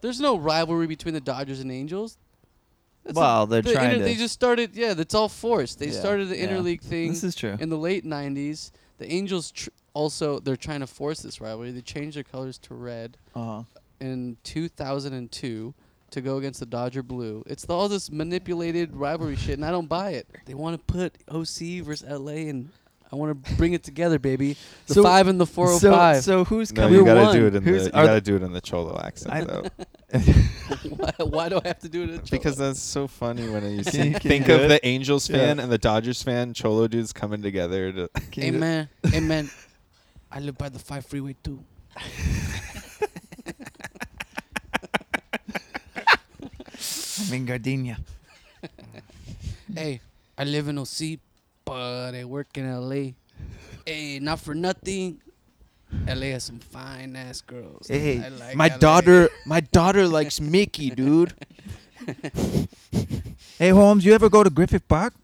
There's no rivalry between the Dodgers and Angels. That's a- Well, they're the trying inter- to. They just started. Yeah, that's all forced. They Yeah, started the yeah. interleague thing. This is true. In the late '90s, the Angels tr- also they're trying to force this rivalry. They changed their colors to red uh, in 2002 to go against the Dodger blue. It's the, all this manipulated rivalry shit, and I don't buy it. They want to put OC versus LA, and I want to bring it together, baby. The So- five and the 405. So, so who's No, coming? you We're gotta one. do it in Who's- the you are gotta the- do it in the Cholo I- accent though, why, why do I have to do it? in Cholo? because that's so funny when you Can see, you- can think you do of it? the Angels Yeah. fan and the Dodgers fan, Cholo dudes coming together to. Can you- amen, amen. I live by the five freeway too. I'm in Gardenia. Hey, I live in OC, but I work in LA. Hey, not for nothing. LA has some fine ass girls. Hey, I like my LA. daughter, my daughter likes Mickey, dude. hey Holmes, you ever go to Griffith Park?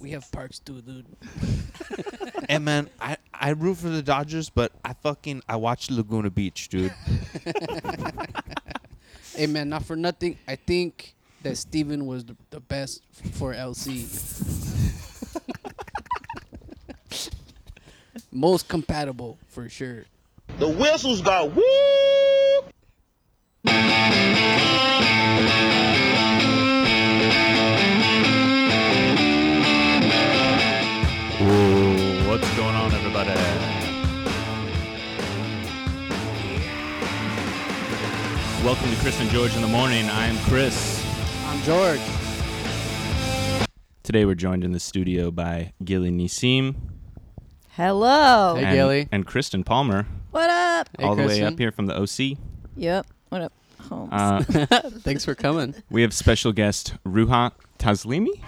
We have parks too, dude. Hey man, I I root for the Dodgers, but I fucking I watch Laguna Beach, dude. Hey man, not for nothing. I think that Steven was the, the best for LC. Most compatible for sure. The whistles go whoop. What's going on, everybody? Welcome to Chris and George in the morning. I'm Chris. I'm George. Today we're joined in the studio by Gilly Nisim Hello. Hey, and, Gilly. and Kristen Palmer, What up? Hey, all the way Kristen. up here from the OC. Yep. What up, Holmes? Uh, Thanks for coming. we have special guest Ruha Taslimi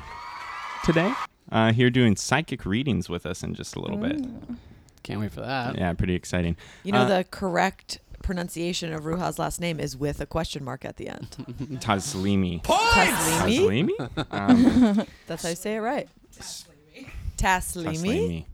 today uh, here doing psychic readings with us in just a little Mm. Can't wait for that. bit. Yeah, pretty exciting. Mm. You know, Uh, the correct pronunciation of Ruha's last name is with a question mark at the end. Taslimi. Taslimi? Taslimi? Um, That's how you say it right. Taslimi? Taslimi.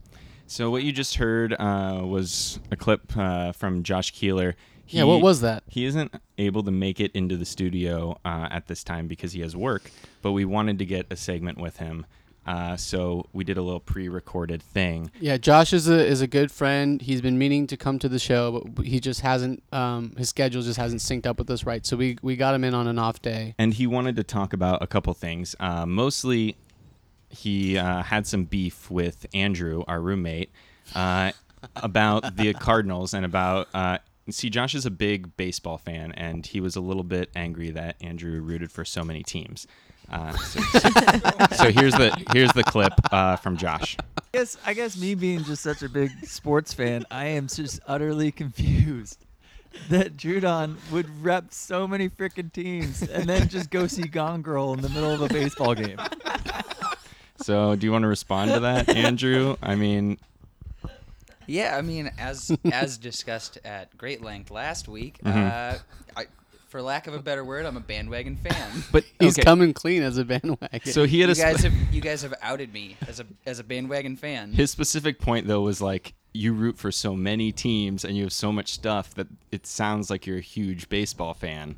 So what you just heard uh, was a clip uh, from Josh Keeler. He, Yeah, what was that? He isn't able to make it into the studio uh, at this time because he has work, but we wanted to get a segment with him. Uh, so we did a little pre-recorded thing. Yeah, Josh is a is a good friend. He's been meaning to come to the show, but he just hasn't. Um, his schedule just hasn't synced up with us right. So we we got him in on an off day. and he wanted to talk about a couple things. Uh, mostly, he uh, had some beef with Andrew, our roommate, uh, about the Cardinals and about. Uh, see, Josh is a big baseball fan, and he was a little bit angry that Andrew rooted for so many teams. Uh, so, so- so here's the here's the clip uh, from Josh. I guess I guess me being just such a big sports fan, I am just utterly confused that Judon would rep so many freaking teams and then just go see Gone Girl in the middle of a baseball game. So, do you want to respond to that, Andrew? I mean, Yeah, I mean, as as discussed at great length last week, uh, Mm-hmm. I, for lack of a better word, I'm a bandwagon fan. but He's okay, coming clean as a bandwagon. So he had you a sp- guys have you guys have outed me as a as a bandwagon fan. His specific point though was like you root for so many teams and you have so much stuff that it sounds like you're a huge baseball fan.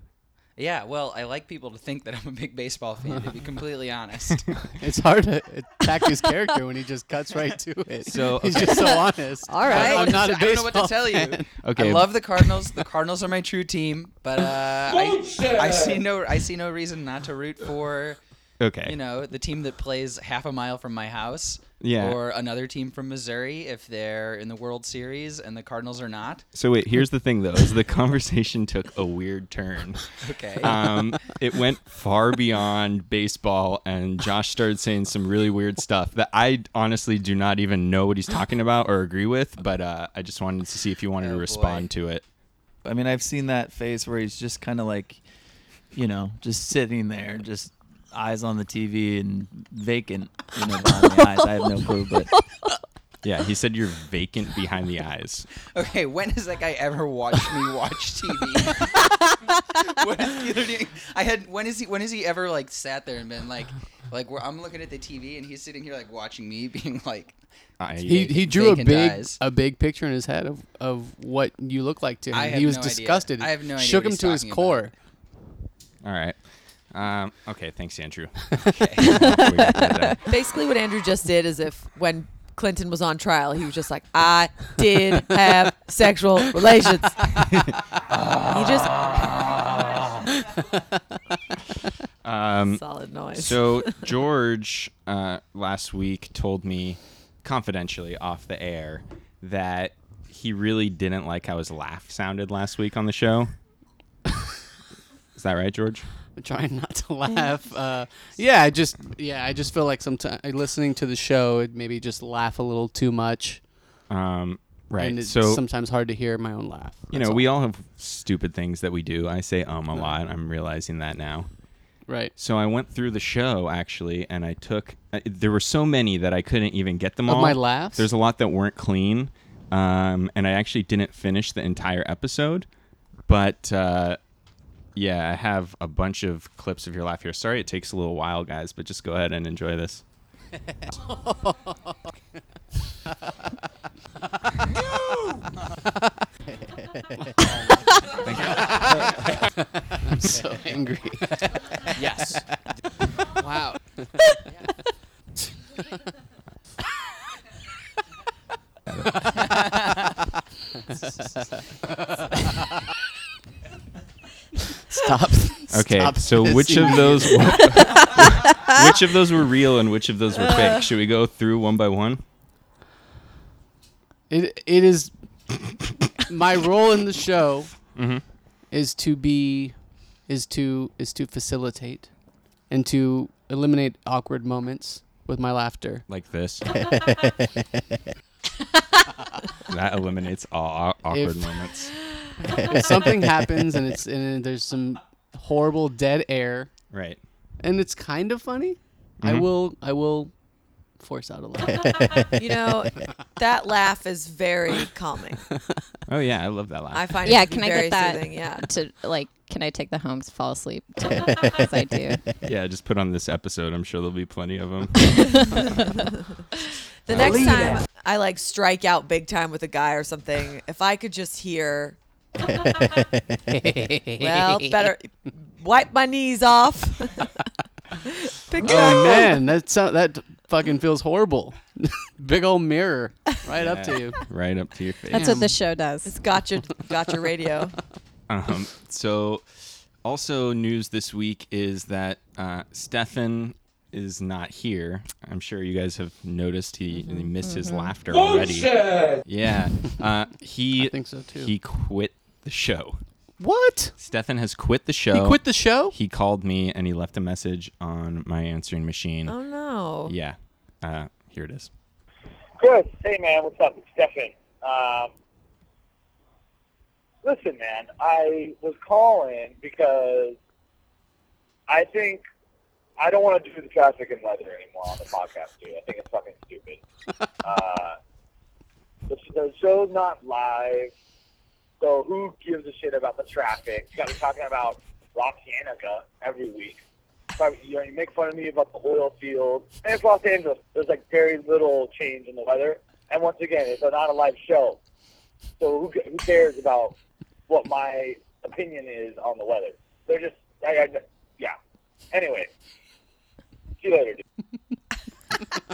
yeah, well, I like people to think that I'm a big baseball fan. To be completely honest, it's hard to attack his character when he just cuts right to it. So- he's just so honest. All right. I'm not a I don't know what to baseball tell you. fan. Okay. I love the Cardinals. The Cardinals are my true team, but uh, I, I see no I see no reason not to root for Okay. you know the team that plays half a mile from my house Yeah. or another team from missouri if they're in the world series and the cardinals are not So wait, here's the thing though, is the conversation took a weird turn. okay Um, it went far beyond baseball, and Josh started saying some really weird stuff that I honestly do not even know what he's talking about or agree with. But uh, I just wanted to see if you wanted to boy. respond to it. Oh, I mean, I've seen that face where he's just kind of like, you know, just sitting there, just eyes on the TV and vacant, you know, behind the eyes. I have no clue, but Yeah, he said you're vacant behind the eyes. okay when has that guy ever watched me watch tv when is Keeler doing, i had when is he when has he ever like sat there and been like Like where I'm looking at the TV and he's sitting here like watching me, being like, I, He- He, he he drew a vacant big eyes. a big picture in his head of, of what you look like to him. I have he was no idea. disgusted. I have no idea Shook what him he's to his talking core. all right. Um, okay, thanks, Andrew. Okay. We got that. Basically, what Andrew just did is if when Clinton was on trial, he was just like, I did have sexual relations. he just um, solid noise. So George uh, last week told me confidentially off the air that he really didn't like how his laugh sounded last week on the show. Is that right, George? trying not to laugh. Uh, yeah, I just yeah, I just feel like sometimes listening to the show, it maybe just laugh a little too much, Um, right. and it's so sometimes hard to hear my own laugh. you That's know all. Uh-huh. we all have stupid things that we do. I say um a lot. I'm realizing that now. right. So I went through the show actually, and I took. Uh, there were so many that I couldn't even get them Of all. my laughs? There's a lot that weren't clean, um, and I actually didn't finish the entire episode. But uh, yeah, I have a bunch of clips of your laugh here. Sorry, it takes a little while, guys, but just go ahead and enjoy this. I'm so angry. yes. wow. Stop. Okay, Stop so which pissing of me those, which of those were real and which of those were fake? Should we go through one by one? It it is my role in the show Mm-hmm. is to be is to is to facilitate and to eliminate awkward moments with my laughter. Like this. that eliminates all au- awkward If- moments. If something happens and it's and there's some horrible dead air Right. Mm-hmm. and it's kind of funny, I will I will force out a laugh. you know, that laugh is very calming. Oh yeah, I love that laugh. I find Yeah, it to be can I very get that? soothing. Yeah. to like, can I take the home to fall asleep? too? 'Cause I do. yeah, just put on this episode. I'm sure there'll be plenty of them. The next time I like strike out big time with a guy or something, if I could just hear, well, better wipe my knees off. Pick it up. oh man, that sound, that fucking feels horrible. Big old mirror right up to you. right up to your face. That's what the show does. It's got your got your radio. Um, so, also news this week is that uh, Stefan is not here. I'm sure you guys have noticed he, he Mm-hmm. missed his laughter already. Yeah, uh, he I think so, too. He quit the show. What? Stefan has quit the show. He quit the show? He called me and he left a message on my answering machine. Oh no. Yeah, uh, here it is. Chris, hey man, what's up? It's Stefan. Um, listen, man, I was calling because I think I don't want to do the traffic and weather anymore on the podcast, dude. I think it's fucking stupid. uh, the, the show's not live, so who gives a shit about the traffic? You got me talking about Roxanica every week. Probably- You, know, you make fun of me about the oil field. And it's Los Angeles. There's like very little change in the weather. And once again, it's not a live show. So who, ca- who cares about what my opinion is on the weather? They're just, I, I, yeah. Anyway, see you later, dude.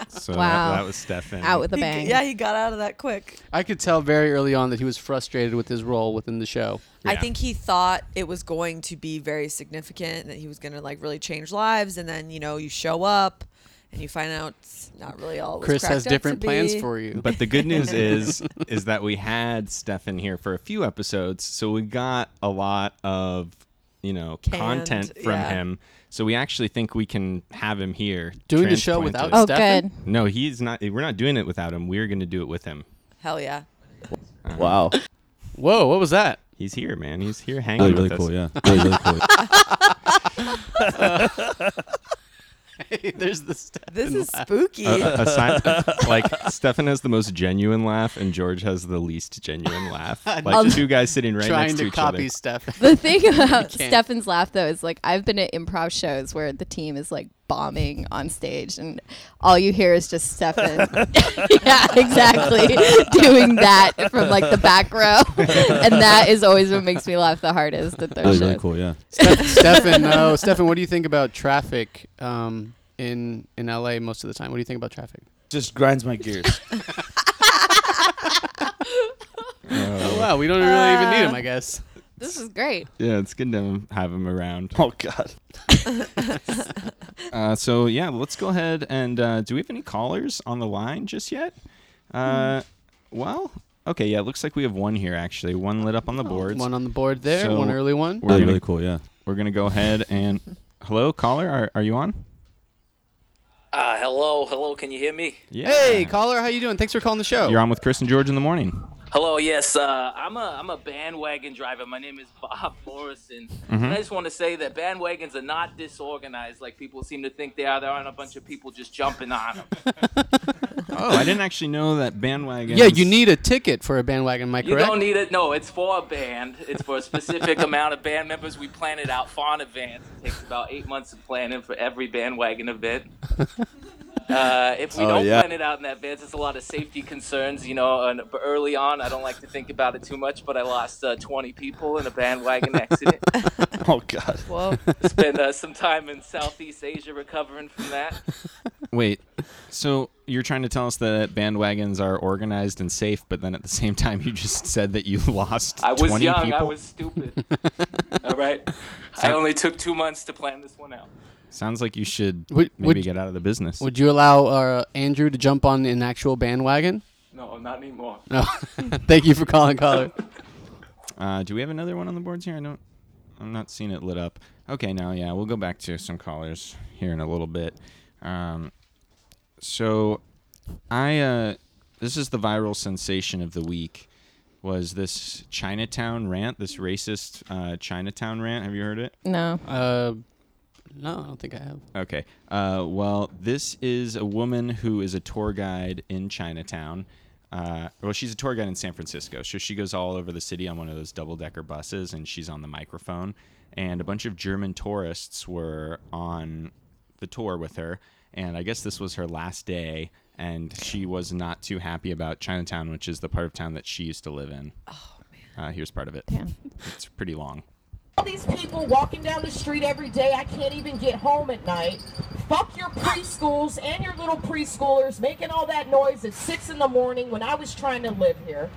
So Wow. that, that was Stefan. Out with a He- bang. yeah, he got out of that quick. I could tell very early on that he was frustrated with his role within the show. I Yeah. think he thought it was going to be very significant and that he was going to like really change lives. And then, you know, you show up and you find out it's not really all. it was Chris cracked has up to different plans be. for you. But the good news is is that we had Stefan here for a few episodes, so we got a lot of you know content Canned, from yeah. him. So we actually think we can have him here Doing the show transplant without it. Oh, Stefan? good. No, he's not. We're not doing it without him. We're going to do it with him. Uh-huh. Hell yeah. Wow. Whoa, what was that? He's here, man. He's here hanging Really, with really us. cool. Yeah. Really, really cool. There's the Stefan. This is spooky. Aside, like Stefan has the most genuine laugh, and George has the least genuine laugh. I'll- Like two guys sitting right trying next to, to each copy other. Stefan. The thing about Stefan's laugh though is like I've been at improv shows where the team is like bombing on stage, and all you hear is just Stefan. yeah, exactly. doing that from like the back row, and that is always what makes me laugh the hardest at That those was shows. really cool. Yeah. Steph- Stefan, no, Stefan, what do you think about traffic um, in in LA most of the time? What do you think about traffic? Just grinds my gears. Oh wow, we don't really even need him, I guess. This is great. Yeah, it's good to have him around. Oh God. Uh, so yeah, let's go ahead and uh, do we have any callers on the line just yet? Uh, well, okay, yeah, it looks like we have one here actually. One lit up on the boards. One on the board there, So one early one. we're Really, gonna- really cool. Yeah. We're gonna go ahead and hello caller, are, are you on? Uh, hello, hello. Can you hear me? Yeah. Hey caller, how you doing? Thanks for calling the show. You're on with Chris and George in the morning. Hello. Yes, uh, I'm a I'm a bandwagon driver. My name is Bob Morrison. Mhm. And I just want to say that bandwagons are not disorganized like people seem to think they are. There aren't a bunch of people just jumping on them. Oh, I didn't actually know that bandwagon. Yeah, you need a ticket for a bandwagon, am I You correct? don't need it. No, it's for a band. It's for a specific amount of band members. We plan it out far in advance. It takes about eight months of planning for every bandwagon event. Uh, if we Oh, don't yeah. plan it out in advance, it's a lot of safety concerns. You know, and but early on, I don't like to think about it too much, but I lost uh, 20 people in a bandwagon accident. Oh God. Well, spent uh, some time in Southeast Asia recovering from that. Wait. So you're trying to tell us that bandwagons are organized and safe, but then at the same time you just said that you lost I was 20 young. I people? was stupid. All right. I only took two months to plan this one out. Sounds like you should Would- maybe would- get out of the business. Would you allow uh, Andrew to jump on an actual bandwagon? No, not anymore. No. Thank you for calling, caller. Uh, do we have another one on the boards here? I don't. I'm not seeing it lit up. Okay, now yeah, we'll go back to some callers here in a little bit. Um, so, I uh, this is the viral sensation of the week. Was this Chinatown rant? This racist uh, Chinatown rant? Have you heard it? No. Uh, no, I don't think I have. Okay. Uh, well, this is a woman who is a tour guide in Chinatown. Uh, well, she's a tour guide in San Francisco, so she goes all over the city on one of those double-decker buses, and she's on the microphone. And a bunch of German tourists were on the tour with her, and I guess this was her last day, and she was not too happy about Chinatown, which is the part of town that she used to live in. Oh man. Uh, here's part of it. Yeah. It's pretty long. All these people walking down the street every day. I can't even get home at night. Fuck your preschools and your little preschoolers making all that noise at six in the morning when I was trying to live here.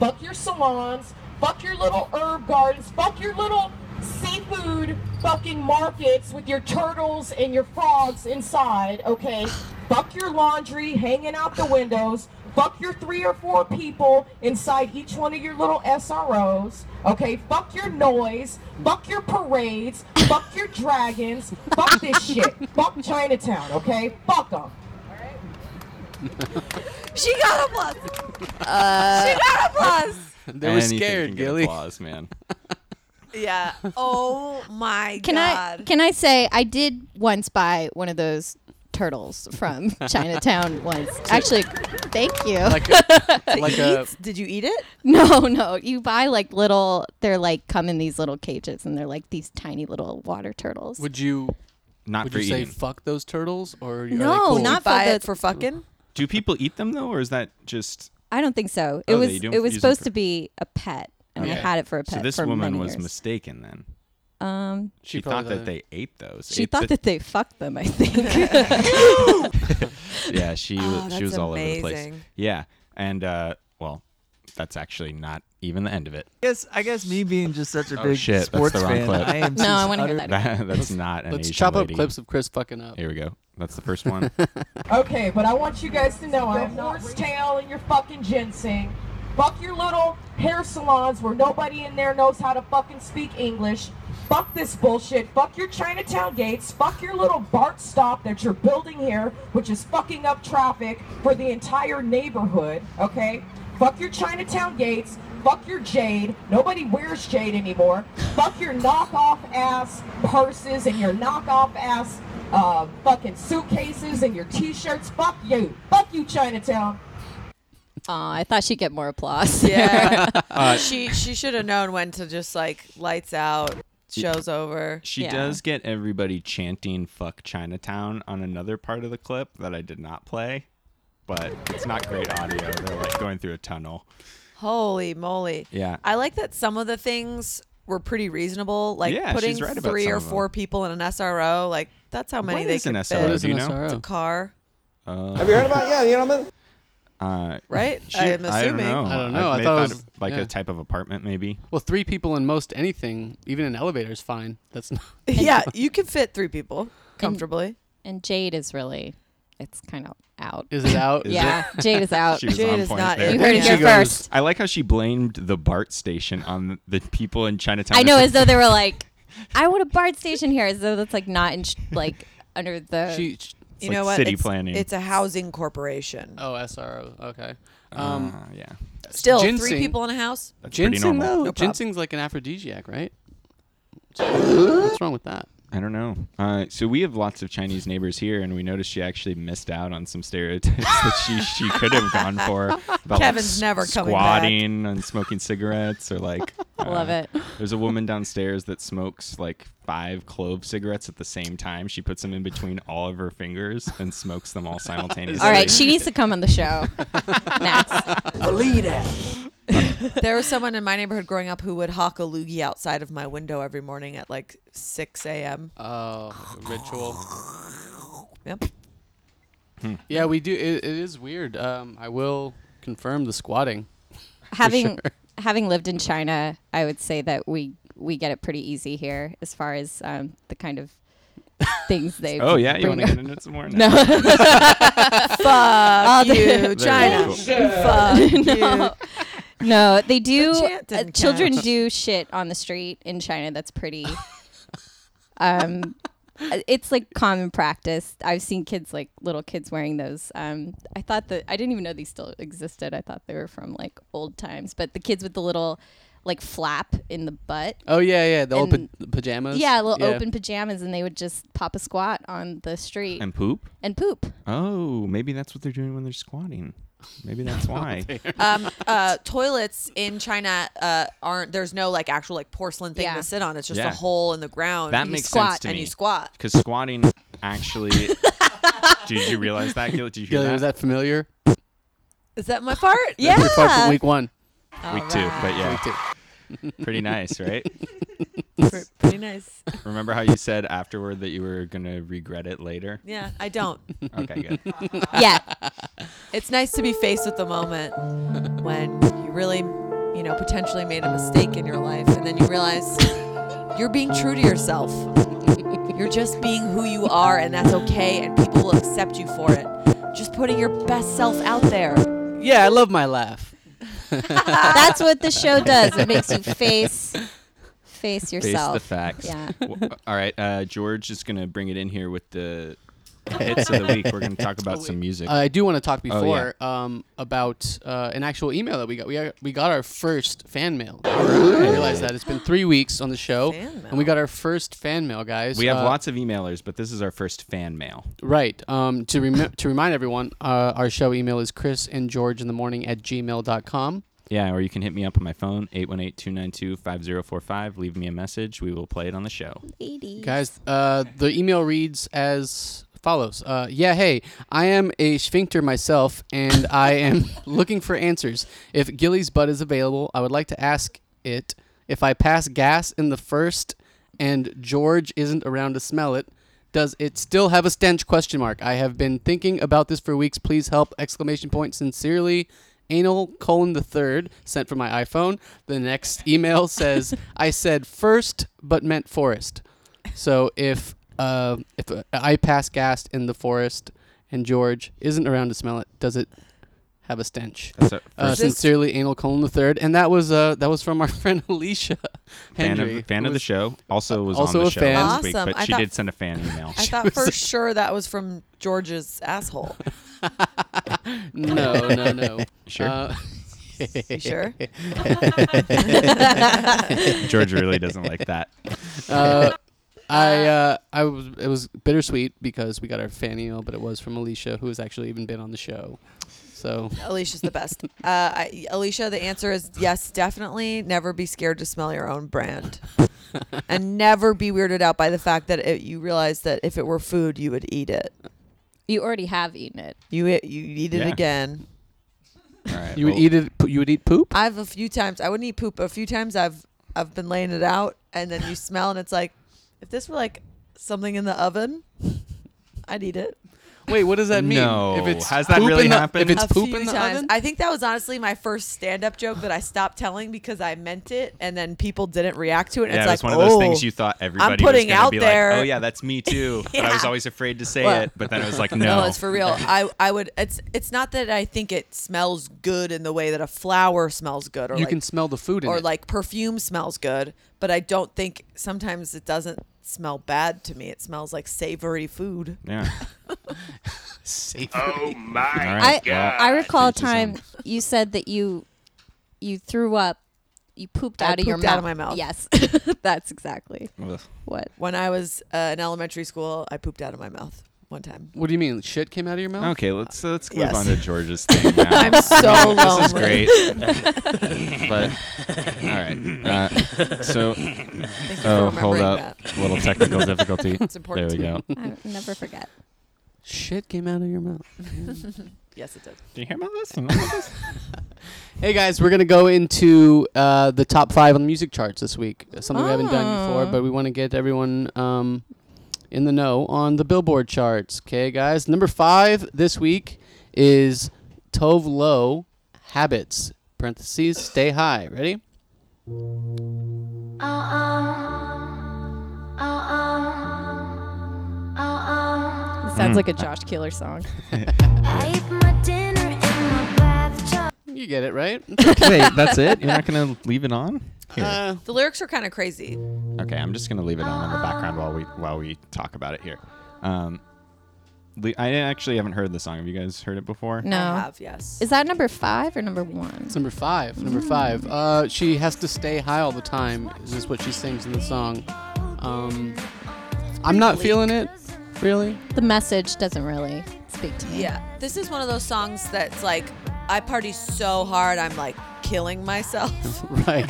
Fuck your salons. Fuck your little herb gardens. Fuck your little seafood fucking markets with your turtles and your frogs inside, okay? Fuck your laundry hanging out the windows. Fuck your three or four people inside each one of your little SROs. Okay, fuck your noise. Fuck your parades. Fuck your dragons. Fuck this shit. Fuck Chinatown, okay? Fuck them. She got applause. she got applause. They were Anything scared, can get Gilly. Applause, man. Yeah. Oh my Can god. I can I say I did once buy one of those turtles from Chinatown once. Actually, thank you. Like a- To like a- eat? Did you eat it? No, no. You buy like little. They're like come in these little cages, and they're like these tiny little water turtles. Would you Not would for you say eating. fuck those turtles or are they No, cool? not Buy for the- it for fucking. Do people eat them though, or is that just? I don't think so. It Oh, they was don't it was use them supposed for- to be a pet, and I Okay. had it for a pet So this for woman many was years. mistaken then. um, She, thought that they ate those. She Ate thought the- that they fucked them. I think. yeah, she Oh, was, she that's was all over the place. amazing. Yeah, and uh, well, that's actually not even the end of it. guess I guess me being just such a Oh, big shit, that's the sports wrong fan, clip. I am. No, just I wanna hear utter- that That- that's not an Let's Asian chop lady. up clips of Chris fucking up. Here we go. That's the first one. Okay, but I want you guys to know I'm horsetail and your fucking ginseng. Fuck your little hair salons where nobody in there knows how to fucking speak English. Fuck this bullshit. Fuck your Chinatown gates. Fuck your little BART stop that you're building here, which is fucking up traffic for the entire neighborhood, okay? Fuck your Chinatown gates. Fuck your jade. Nobody wears jade anymore. Fuck your knockoff ass purses and your knockoff ass uh, fucking suitcases and your t-shirts. Fuck you. Fuck you, Chinatown. Aw, I thought she'd get more applause. Yeah. Uh, she she should have known when to just like lights out. show's over. She Yeah. does get everybody chanting "fuck Chinatown" on another part of the clip that I did not play, but it's not great audio. They're like going through a tunnel. Holy moly. Yeah. I like that some of the things were pretty reasonable, like Yeah, putting she's right about three some or of them. four people in an SRO. Like that's how many What they is could an SRO? fit. What is an Do you know? It's a SRO? car, Uh, yeah, you know what I mean? Uh, right? I'm I don't assuming. know. I don't know. I thought may it thought was- of, like yeah. a type of apartment, maybe. Well, three people in most anything, even an elevator is fine. That's not. yeah, you can fit three people comfortably. And Jade is really, it's kind of out. Is it out? Is yeah, it? Jade Uh, is out. She was on point there. You heard it here first. I like how she blamed the BART station on the people in Chinatown. I know, It's as though they were like, I want a BART station here, as though that's like not in sh- like under the. She- Uh, You like know what? city it's, planning. It's a housing corporation. Oh, SRO. Okay. Um, Uh, yeah. Still, three people in a house? That's pretty ginseng, normal. though. No problem. ginseng's like an aphrodisiac, right? What's wrong with that? I don't know. Uh, so we have lots of Chinese neighbors here, and we noticed she actually missed out on some stereotypes that she, she could have gone for. About Kevin's s- never coming back. squatting and smoking cigarettes, or like. uh, Love it. There's a woman downstairs that smokes like five clove cigarettes at the same time. She puts them in between all of her fingers and smokes them all simultaneously. All right, she needs to come on the show next. Believe there was someone in my neighborhood growing up who would hawk a loogie outside of my window every morning at like 6 a.m. Oh, ritual. Yep. Hmm. Yeah, we do. It, it is weird. Um, I will confirm the squatting. for having sure. having lived in China, I would say that we we get it pretty easy here as far as um, the kind of things they. Oh, yeah, you bring wanna get up. into it some more No. now? Fuck All the- you, Very China. cool. Fuck no. No, they do. The chant uh, didn't children count. do shit on the street in China. That's pretty. um, uh, it's like common practice. I've seen kids, like little kids, wearing those. Um, I thought that I didn't even know these still existed. I thought they were from like old times. But the kids with the little like flap in the butt. Oh yeah, yeah. The And- open pajamas. Yeah, little open pajamas, and they would just pop a squat on the street And poop? and poop. Oh, maybe that's what they're doing when they're squatting. Maybe that's Oh, why. um, uh, toilets in China uh, aren't. There's no like actual like porcelain thing Yeah. to sit on. It's just Yeah. a hole in the ground. That Oh, you makes squat sense to and me. you squat. Because squatting actually. Did you realize that, Gil? Did you hear Gilly, was that? that familiar? Is that my part? yeah. That's your part for week one. Week two, but yeah. Week two. Pretty nice, right? Pre- pretty nice. Remember how you said afterward that you were going to regret it later? Yeah, I don't. Okay, good. Yeah. It's nice to be faced with the moment when you really, you know, potentially made a mistake in your life, and then you realize you're being true to yourself. You're just being who you are, and that's okay, and people will accept you for it. Just putting your best self out there. Yeah, I love my laugh. That's what the show does. It makes you face face yourself. Face the facts. Yeah. W- all right, uh, George is going to bring it in here with the hits of the week. We're going to talk about some music. I do want to talk Oh, yeah. before um, about uh, an actual email that we got. We got, we got our first fan mail. Oh, I realized that it's been three weeks on the show, and we got our first fan mail, guys. We have Uh, lots of emailers, but this is our first fan mail. Right. Um, to rem- to remind everyone, uh, our show email is Chris and George in the morning at gmail.com. Yeah, or you can hit me up on my phone, 818 292 5045. Leave me a message. We will play it on the show. Guys, uh, the email reads as follows uh, Yeah, hey, I am a sphincter myself, and I am looking for answers. If Gilly's butt is available, I would like to ask it if I pass gas in the first and George isn't around to smell it. Does it still have a stench? Question mark. I have been thinking about this for weeks. Please help! Exclamation point. Sincerely, anal colon the third sent from my iPhone. The next email says, "I said first, but meant forest." So if uh, if uh, I pass gas in the forest and George isn't around to smell it, does it have a stench? That's a uh, first- sincerely, anal colon the third, and that was uh, that was from our friend Alicia Fan Hendry, of, fan of the show. Also was also on the a show fan. last week, Awesome. but I she thought- did send a fan email. I thought for sure that was from George's asshole. No, no, no. Uh, Sure? You sure? George really doesn't like that. Uh, I uh, I was it was bittersweet because we got our fan email, but it was from Alicia, who has actually even been on the show. So Alicia's the best. Uh, I, Alicia, the answer is yes, definitely. Never be scared to smell your own brand, and never be weirded out by the fact that it, you realize that if it were food, you would eat it. You already have eaten it. You you eat it Yeah. again. you would eat it. You would eat poop. I've a few times I wouldn't eat poop. but A few times I've I've been laying it out, and then you smell, and it's like, if this were like something in the oven, I'd eat it. Wait, what does that mean? No. If it's Has that poop in really the- happened? If it's a poop few in the times. oven, I think that was honestly my first stand-up joke that I stopped telling because I meant it, and then people didn't react to it. And yeah, it's it was like, one of those "Oh, things you thought everybody I'm putting was gonna out be there. like, oh yeah, that's me too. But I was Yeah. always afraid to say Well- it. But then I was like, no, it's for real. I, I would. It's it's not that I think it smells good in the way that a flower smells good, or You like- can smell the food in or it. like perfume smells good. But I don't think sometimes it doesn't smell bad to me. It smells like savory food. Yeah. Oh my I I recall a time you said that you you threw up, you pooped I out of your pooped mouth. out of my mouth. Yes, that's exactly what. When I was uh, in elementary school, I pooped out of my mouth one time. What do you mean? Shit came out of your mouth? Okay, let's uh, let's move Yes. on to George's thing. Now. I'm so I mean, lonely. This is great. but all right. Uh, so Thank you for oh, hold remembering up, that. little technical difficulty. It's there important we go. to me. I never forget. Shit came out of your mouth. yes, it did. Do you hear about this? Hey guys, we're gonna go into uh, the top five on the music charts this week. Uh, Something we haven't done before, Oh. but we want to get everyone um, in the know on the Billboard charts. Okay, guys, number five this week is Tove Lo, "Habits" (parentheses Stay High). Ready? It sounds like a Josh Killer song. You get it right. Wait, that's it? You're not gonna leave it on? Here. Uh, the lyrics are kind of crazy. Okay, I'm just gonna leave it on in the background while we while we talk about it here. Um, le- I actually haven't heard the song. Have you guys heard it before? No. yes. Is that number five or number one? It's number five. Number five. Uh, she has to stay high all the time. Is this what she sings in the song? Um, I'm not feeling it, really. The message doesn't really speak to me. Yeah. This is one of those songs that's like, I party so hard, I'm like killing myself. Right.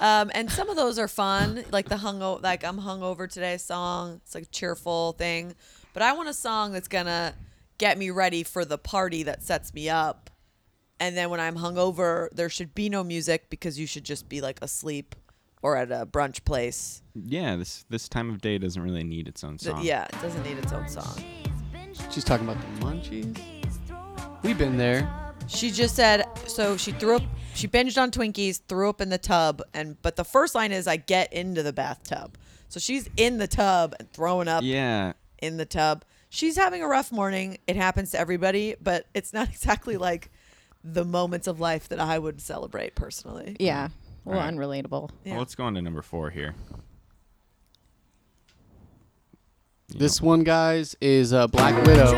um, and some of those are fun, like the hungover, like I'm hungover today song. It's like a cheerful thing. But I want a song that's gonna get me ready for the party that sets me up. And then when I'm hungover, there should be no music because you should just be like asleep or at a brunch place. Yeah, this this time of day doesn't really need its own Th- song. Yeah, it doesn't need its own song. She's talking about the munchies. We've been there. She just said so she threw up she binged on Twinkies, threw up in the tub and but the first line is I get into the bathtub. So she's in the tub and throwing up Yeah. in the tub. She's having a rough morning. It happens to everybody, but it's not exactly like the moments of life that I would celebrate personally. Yeah. All Well, right. unrelatable. Well, let's go on to number four here. This one, guys, is uh, Black Widow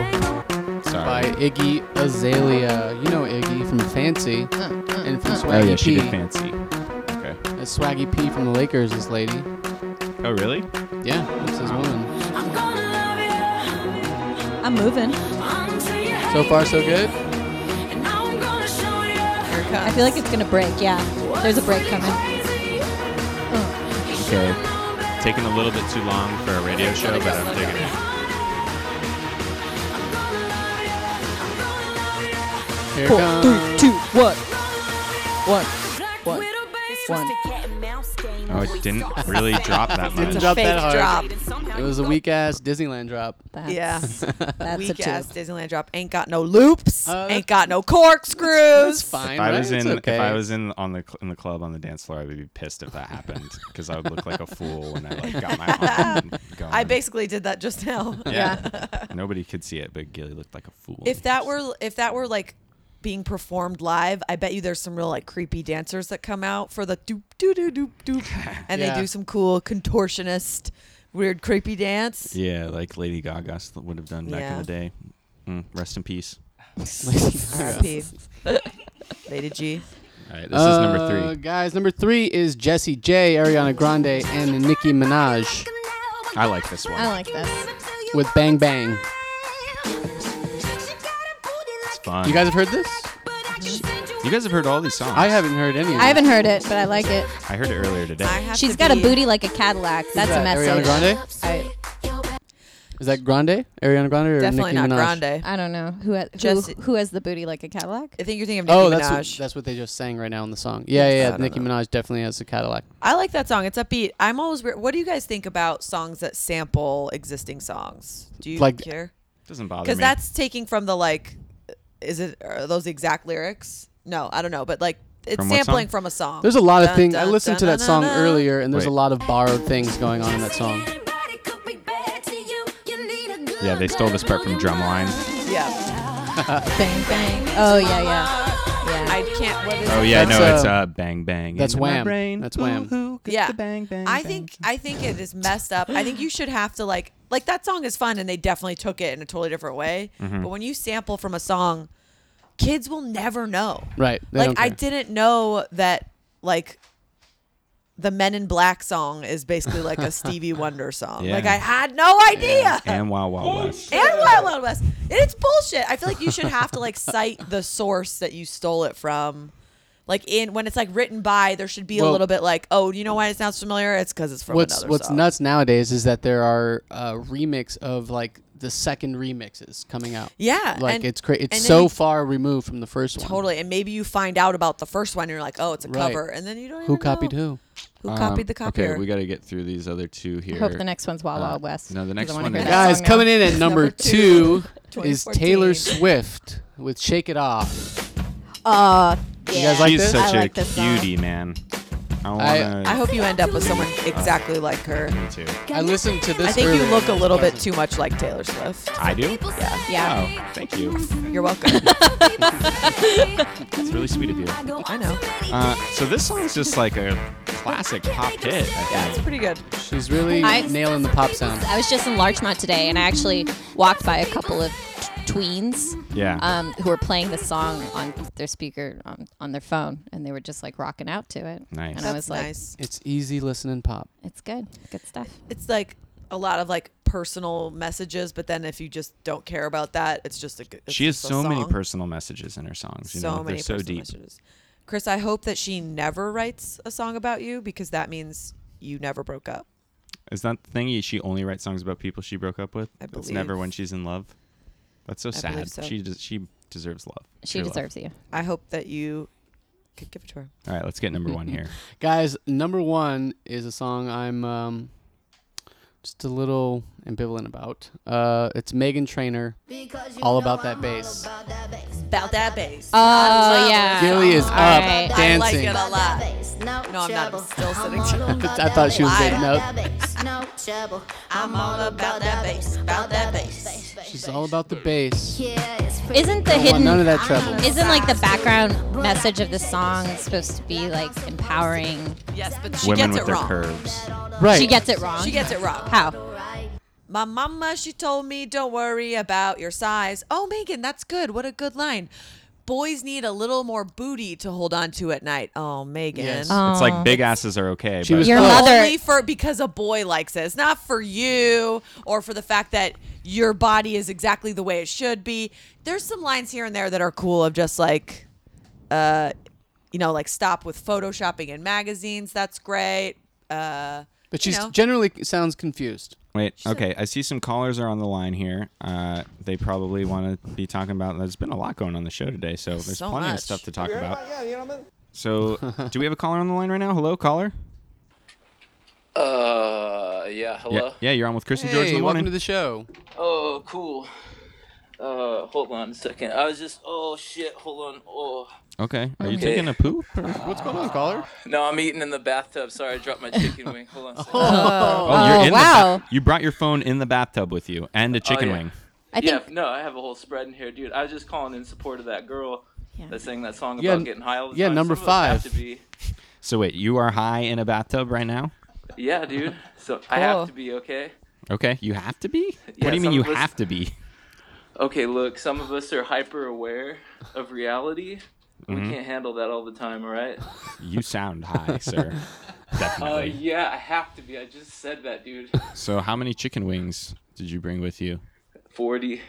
by Iggy Azalea. You know Iggy from Fancy and from Oh Swaggy yeah, P. she did fancy. Okay. And Swaggy P from the Lakers, this lady. Oh really? Yeah, that's his woman. I'm moving. So far, so good. I feel like it's gonna break. Yeah. There's a break coming. Okay. Taking a little bit too long for a radio show, but I'm digging it. Here Four, it comes. three, two, one. One. One. One. Oh, it didn't really drop that much. Didn't drop that hard. It was a weak ass Disneyland drop. yeah. Weak tip. ass Disneyland drop. Ain't got no loops. Oh, ain't got no corkscrews. If I was in, if I was in on the cl- in the club on the dance floor, I would be pissed if that happened because I would look like a fool when I like got my arm going. I basically did that just now. yeah. Nobody could see it, but Gilly looked like a fool. If that were if that were like being performed live, I bet you there's some real like creepy dancers that come out for the doop doop doop doop doop, and Yeah. they do some cool contortionist, weird creepy dance. yeah, like Lady Gaga s- would have done back in Yeah. the day. Mm, rest in peace. R.I.P. Lady G. All right, this is number Uh, three. Guys, number three is Jessie J, Ariana Grande, and Nicki Minaj I like this one. I like this. with Bang Bang. fun. You guys have heard this? You guys have heard all these songs. I haven't heard any. Of I haven't heard it, but I like it. I heard it earlier today. She's got a booty like a Cadillac. That's a that? message. Ariana Grande? I, Is that Grande? Ariana Grande or Definitely Nicki not Minaj? I don't know who ha- who, Just- who has the booty like a Cadillac. I think you're thinking Oh, that's what, that's what they just sang right now in the song. Yeah, I yeah, yeah. don't Nicki Minaj definitely has a Cadillac. I like that song. It's upbeat. I'm always. Re- what do you guys think about songs that sample existing songs? Do you Like- care? Doesn't bother Because me. that's taking from the like. Is it are those exact lyrics? No, I don't know. But like, it's From what song? sampling from a song. There's a lot of Dun, things. I dun, listened to dun, that dun, song dun. earlier, and there's a Wait. lot of borrowed things going on in that song. Yeah, they stole this part from Drumline. Yeah. bang bang. Oh yeah yeah. I can't. What is Oh it? yeah, That's, no, it's uh, uh, Bang Bang. that's in my Wham. brain. That's Wham. yeah. I think I think it is messed up. I think you should have to like like that song is fun and they definitely took it in a totally different way. Mhm. But when you sample from a song, kids will never know. Right. They like don't I care. didn't know that like the Men in Black song is basically like a Stevie Wonder song. Like Yeah. I had no idea. And Wild Wild West. And Wild Wild West. And It's bullshit. I feel like you should have to like cite the source that you stole it from. Like in when it's like written by, there should be a Well- little bit like, oh, you know why it sounds familiar? It's because it's from what's another what's song. nuts nowadays is that there are uh, remix of like the second remixes coming out. Yeah, like and- it's cra- and it's then so you- far removed from the first one. Totally. And maybe you find out about the first one, and you're like, oh, it's a Right. cover, and then you don't. Who even copied know. who? Who copied the copier? Um, Okay, we got to get through these other two here. Uh, hope the next one's Wild Wild West, No, the 'cause I next wanna one hear is. that Guys, song now. Coming in at number two is Taylor 2014. Swift with "Shake It Off." Uh, You guys like She's this? such I a like this song. cutie, man. I I- want I hope you end up with someone Uh, exactly like her. Me too. I listened to this. I think you earlier. look a little bit too much like Taylor Swift. I do. Yeah. Oh, thank you. You're welcome. That's really sweet of you. I know. Uh, so this song is just like a classic pop hit. I Yeah, it's think. pretty good. She's really I- nailing the pop sound. I was just in Larchmont today, and I actually walked by a couple of t- tweens. Yeah. Um, who were playing the song on their speaker on, on their phone, and they were just like rocking out to it. And I was like, it's easy listening pop. it's good, good stuff. It's like a lot of like personal messages, but then if you just don't care about that, it's just a. good- It's She has just a so many song. personal messages in her songs. You So know, many they're so personal deep. messages. Chris, I hope that she never writes a song about you because that means you never broke up. Is that the thing? She only writes songs about people she broke up with. I It's never believe- when she's in love. That's so sad. believe so. She des- she deserves love. She True love. deserves you. I hope that you could give it to her. All right, let's get number one here. Guys, number one is a song I'm um, just a little ambivalent about. Uh, it's Megan Trainor, all about that bass. About that bass. Oh yeah. Gilly is All up right. I like dancing. it a lot. No, I'm not. I'm still sitting. I thought she was Live. getting up. No trouble. I'm all about that bass. About that bass. She's all about the bass. Don't Isn't the want hidden none of that trouble. "Ah, Isn't like the background message of the song supposed to be like empowering? Yes, but Women with their curves. Right. She gets it wrong. She gets it wrong. How? My mama, she told me, don't worry about your size. Oh, Megan, that's good. What a good line. Boys need a little more booty to hold on to at night. Oh, Megan. It's like big asses are okay. She but was Your close. mother- Only for because a boy likes it. It's not for you or for the fact that your body is exactly the way it should be. There's some lines here and there that are cool of just like, uh, you know, like stop with photoshopping in magazines. That's great. Uh, But you she know. generally sounds confused. Wait, okay. I see some callers are on the line here. Uh, they probably want to be talking about. There's been a lot going on the show today, so there's So plenty much. of stuff to talk about. So, do we have a caller on the line right now? Hello, caller. Uh, yeah. Hello. Yeah, yeah, you're on with Chris and George in Hey, the welcome morning. to the show. Oh, cool. Uh, hold on a second. I was just. Oh shit. Hold on. Oh. okay. Are you Okay. taking a poop? Or Uh, what's going on, caller? No, I'm eating in the bathtub. Sorry, I dropped my chicken wing. Hold on. A second. Oh, you're in The ba- you brought your phone in the bathtub with you and a chicken Oh, yeah. wing. I Yeah, no, I have a whole spread in here, dude. I was just calling in support of that girl that sang that song Yeah, about getting high all the yeah, time. number Some of us five. have to be. So wait, you are high in a bathtub right now? Yeah, dude. So I Cool. have to be okay. Okay, you have to be. Yeah, what do you mean some you of us- have to be? Okay, look, some of us are hyper aware of reality. Mhm. We can't handle that all the time, all right? You sound high, sir. Uh, Definitely. yeah, I have to be. I just said that, dude. So how many chicken wings did you bring with you? 40.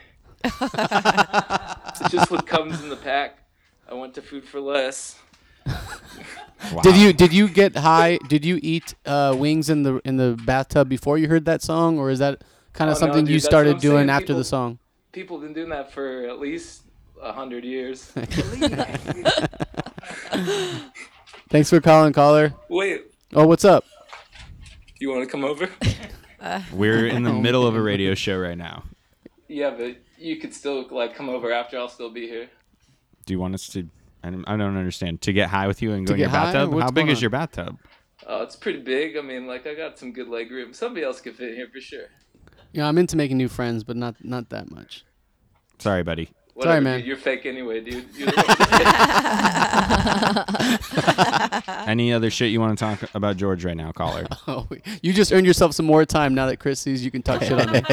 it's just what comes in the pack. I went to Food for Less. Did you did you get high? Did you eat uh, wings in the in the bathtub before you heard that song, or is that kind Oh, of no, something dude, you that's what started I'm saying. doing after People- the song? People have been doing that for at least a hundred years. Thanks for calling, caller. Wait. Oh, what's up? you want to come over? We're in the middle of a radio show right now. Yeah, but you could still like come over after. I'll still be here. Do you want us to? I don't, I don't understand. To get high with you and To go in your get high? bathtub? What's How big going is on? your bathtub? Oh, it's pretty big. I mean, like I got some good leg room. Somebody else could fit in here for sure. You know, I'm into making new friends, but not not that much. Sorry, buddy. Sorry, man. Dude, you're fake anyway, dude. You're Uh, Any other shit you want to talk about George right now, caller? Oh, you just earned yourself some more time now that Chris sees you can talk shit on him.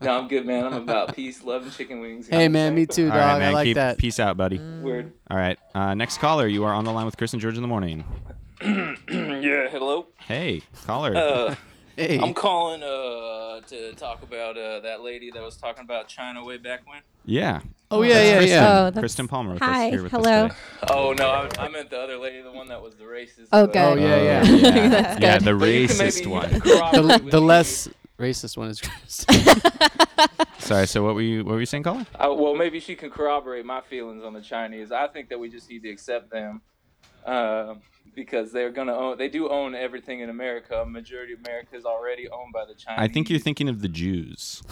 no, I'm good, man. I'm about peace, love, and chicken wings. Hey, man, me too, All dog. right, I man, like keep- that. Peace out, buddy. Word. All right. Uh, next caller, you are on the line with Chris and George in the morning. yeah, hello. Hey, caller. Uh, Hey. I'm calling uh, to talk about uh, that lady that was talking about China way back when. yeah. Oh, yeah, That's yeah, Kristen. yeah. Oh, that's- Kristen Palmer with Hi, us here with hello. us today. Oh no, I, I meant the other lady, the one that was the racist. Oh, but- good. Oh, yeah, yeah. yeah. That's Yeah, good. the But you can racist maybe one. corroborate The, with the me. less racist one is Chris. Sorry, so what were you what were you saying, caller? Uh, well, maybe she can corroborate my feelings on the Chinese. I think that we just need to accept them uh, because they're gonna own. They do own everything in America. Majority of America is already owned by the Chinese. I think you're thinking of the Jews.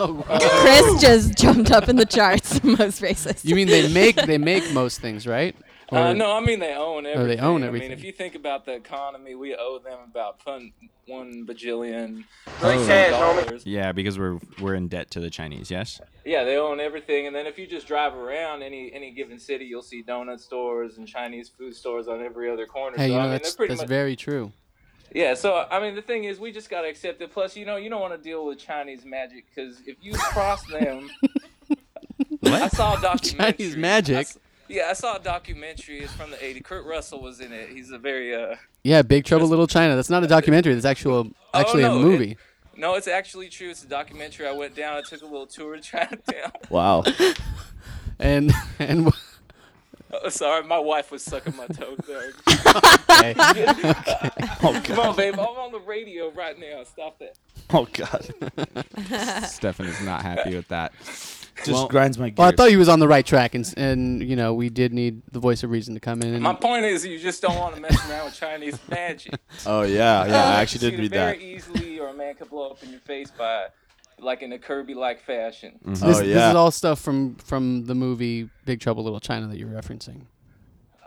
Oh, Uh, Chris just jumped up in the charts. Most racist. you mean they make they make most things, right? Uh, Or- no, I mean they own Oh, everything. they own I mean, everything. if you think about the economy, we owe them about fun, one bajillion Drink some fast, dollars. Oh, Yeah, because we're we're in debt to the Chinese, yes? Yeah, they own everything. And then if you just drive around any any given city, you'll see donut stores and Chinese food stores on every other corner. Hey, so, you I know mean, that's they're pretty that's much- very true. Yeah, so I mean, the thing is, we just gotta accept it. Plus, you know, you don't want to deal with Chinese magic because if you cross them, I saw a documentary. Chinese magic. Yeah, I saw a documentary. It's from the '80s. Kurt Russell was in it. He's a very uh. Yeah, Big Trouble Little China. That's not a documentary. That's actual actually Oh, no, a it- movie. No, it's actually true. It's a documentary. I went down. I took a little tour of Chinatown. Wow. and and Oh, sorry, my wife was sucking my toe. There. Okay. Okay. Oh, Come on, God. babe. I'm on the radio right now. Stop that. Oh God. Stefan is not happy with that. Just grinds my gears. well, I thought he was on the right track, and s- and you know we did need the voice of reason to come in. And My point is, you just don't want to mess around with Chinese magic. Oh, yeah, yeah, I actually did You can read very that. easily, or a man could blow up in your face by, like in a Kirby-like fashion. Mm-hmm. this, Oh, this is all stuff from from the movie Big Trouble Little China that you're referencing.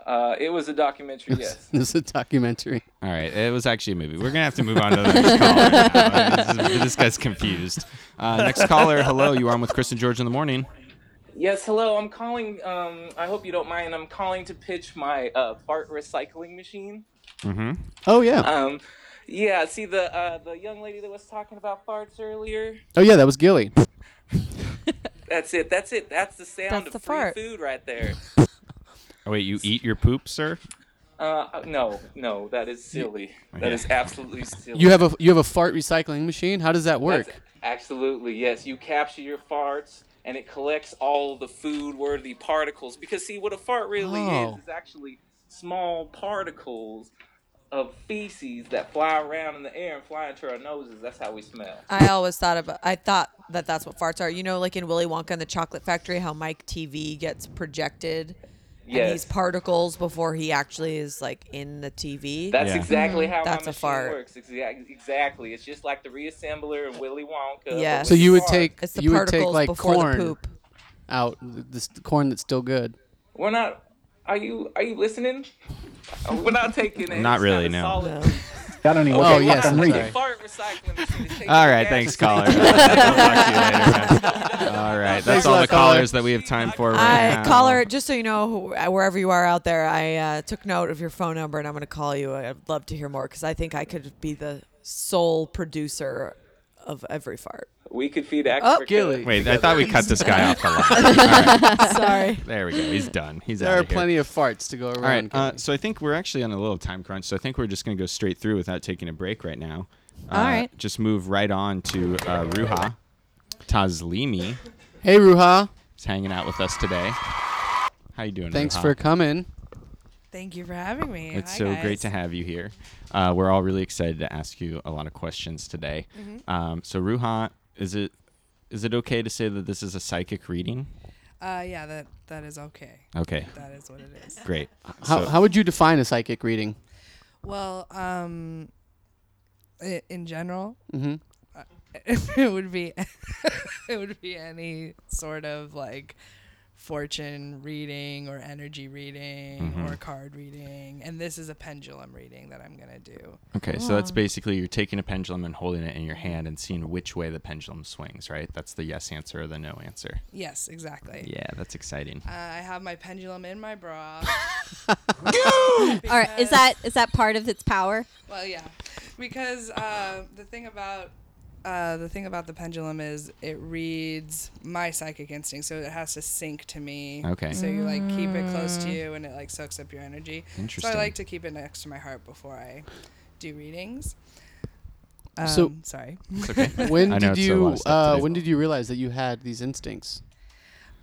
Uh, it was a documentary. Yes. this is a documentary. All right, it was actually a movie. We're gonna have to move on to the next caller. now. This, is- this guy's confused. Uh, next caller, hello. You are on with Chris and George in the morning. Yes. Hello. I'm calling. Um, I hope you don't mind. I'm calling to pitch my uh, fart recycling machine. Mm-hmm. Oh yeah. Um, yeah. See the uh, the young lady that was talking about farts earlier. oh yeah, that was Gilly. That's it. That's it. That's the sound That's of the free fart. food right there. Oh wait, you eat your poop, sir? Uh, no, no, that is silly. That Yeah. is absolutely silly. You have a you have a fart recycling machine. How does that work? That's- absolutely, yes. You capture your farts and it collects all the food worthy particles. Because, see, what a fart really Oh. is is actually small particles of feces that fly around in the air and fly into our noses. That's how we smell. I always thought about. I thought that that's what farts are. You know, like in Willy Wonka and the Chocolate Factory, how Mike TV gets projected. And Yes. these particles before he actually is like in the TV. That's exactly how Mm-hmm. that's my a machine fart. works. Exac- Exactly. It's just like the reassembler in Willy Wonka. Yes. So you would Fart. take It's the you would take particles like before the corn poop. out th- this corn that's still good. We're not. Are you Are you listening? We're not taking it. Not really, no. I don't even- Oh, Okay, yes, I'm I'm reading. sorry. Fart recycling machine is taking All right, gas thanks, recycling. caller. We'll talk to you later, man. All right, Thanks that's a all lot, the caller. callers that we have time for right I now. caller, just so you know, who- uh, wherever you are out there, I uh, took note of your phone number, and I'm going to call you. I'd love to hear more because I think I could be the sole producer of every fart. We could feed Oh. Africa. Gilly. Wait, I thought we cut this guy off the line. All right. Sorry. There we go. He's done. He's there out are of here. plenty of farts to go around. All right. Uh, so I think we're actually on a little time crunch. So I think we're just going to go straight through without taking a break right now. All Uh, right. Just move right on to uh, Ruha. Tazlimi. Hey, Ruha. He's hanging out with us today. How you doing? Thanks Ruha? for coming. Thank you for having me. It's Hi, so great guys. to have you here. Uh, we're all really excited to ask you a lot of questions today. Mhm. Um, so, Ruha, is it is it okay to say that this is a psychic reading? Uh, yeah, that that is okay. Okay. That is what it is. Great. How, So- how would you define a psychic reading? Well, um, i- in general, Mm-hmm. Mhm. uh, it would be it would be any sort of like fortune reading or energy reading Mhm. or card reading, and this is a pendulum reading that I'm gonna do. Okay, so that's basically you're taking a pendulum and holding it in your hand and seeing which way the pendulum swings, right? That's the yes answer or the no answer. Yes, exactly. Yeah, that's exciting. Uh, I have my pendulum in my bra. All right, is that is that part of its power? Well, yeah, because uh, the thing about uh, the thing about the pendulum is it reads my psychic instinct, so it has to sync to me. Okay. So you like keep it close to Mm. you, and it like soaks up your energy. So Interesting. I like to keep it next to my heart before I do readings. Um, So- sorry. when I know did it's a lot you of stuff to uh, do. when did you realize that you had these instincts?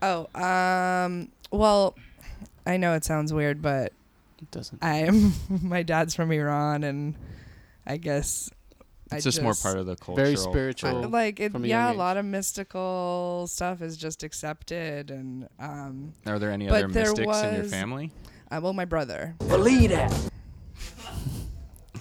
Oh, um, well, I know it sounds weird, but it doesn't. I am. my dad's from Iran, and I guess I It's just more part of the Very cultural- spiritual. I- like it, from a yeah, young a lot of mystical stuff is just accepted, and um. Are there any but other there mystics in your was- family? Uh, well, my brother. Believe that.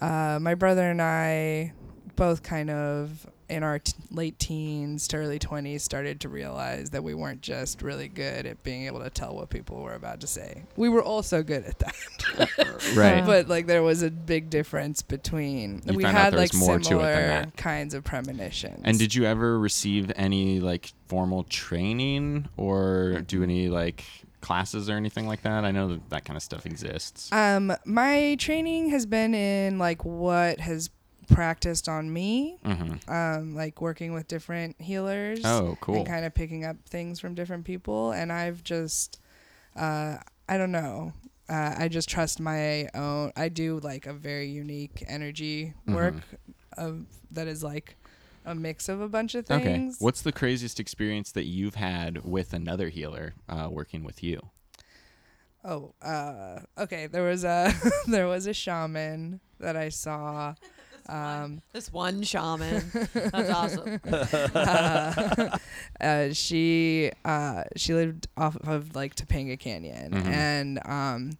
Uh, my brother and I, both kind of in our t- late teens to early twenties, started to realize that we weren't just really good at being able to tell what people were about to say. We were also good at that, Right. But like, there was a big difference between You we found out had there was like more to it than similar that. kinds of premonitions. And did you ever receive any like formal training or do any like classes or anything like that? I know that that kind of stuff exists. Um, my training has been in like what has practiced on me, Mhm. um, like working with different healers. Oh, cool. And kind of picking up things from different people, and I've just, uh, I don't know. Uh, I just trust my own. I do like a very unique energy work Mhm. of that is like a mix of a bunch of Okay. things. What's the craziest experience that you've had with another healer uh, working with you? Oh, uh, okay. There was a there was a shaman that I saw. Um, This one shaman. That's awesome. uh, uh, she uh, she lived off of like Topanga Canyon, Mhm. and um,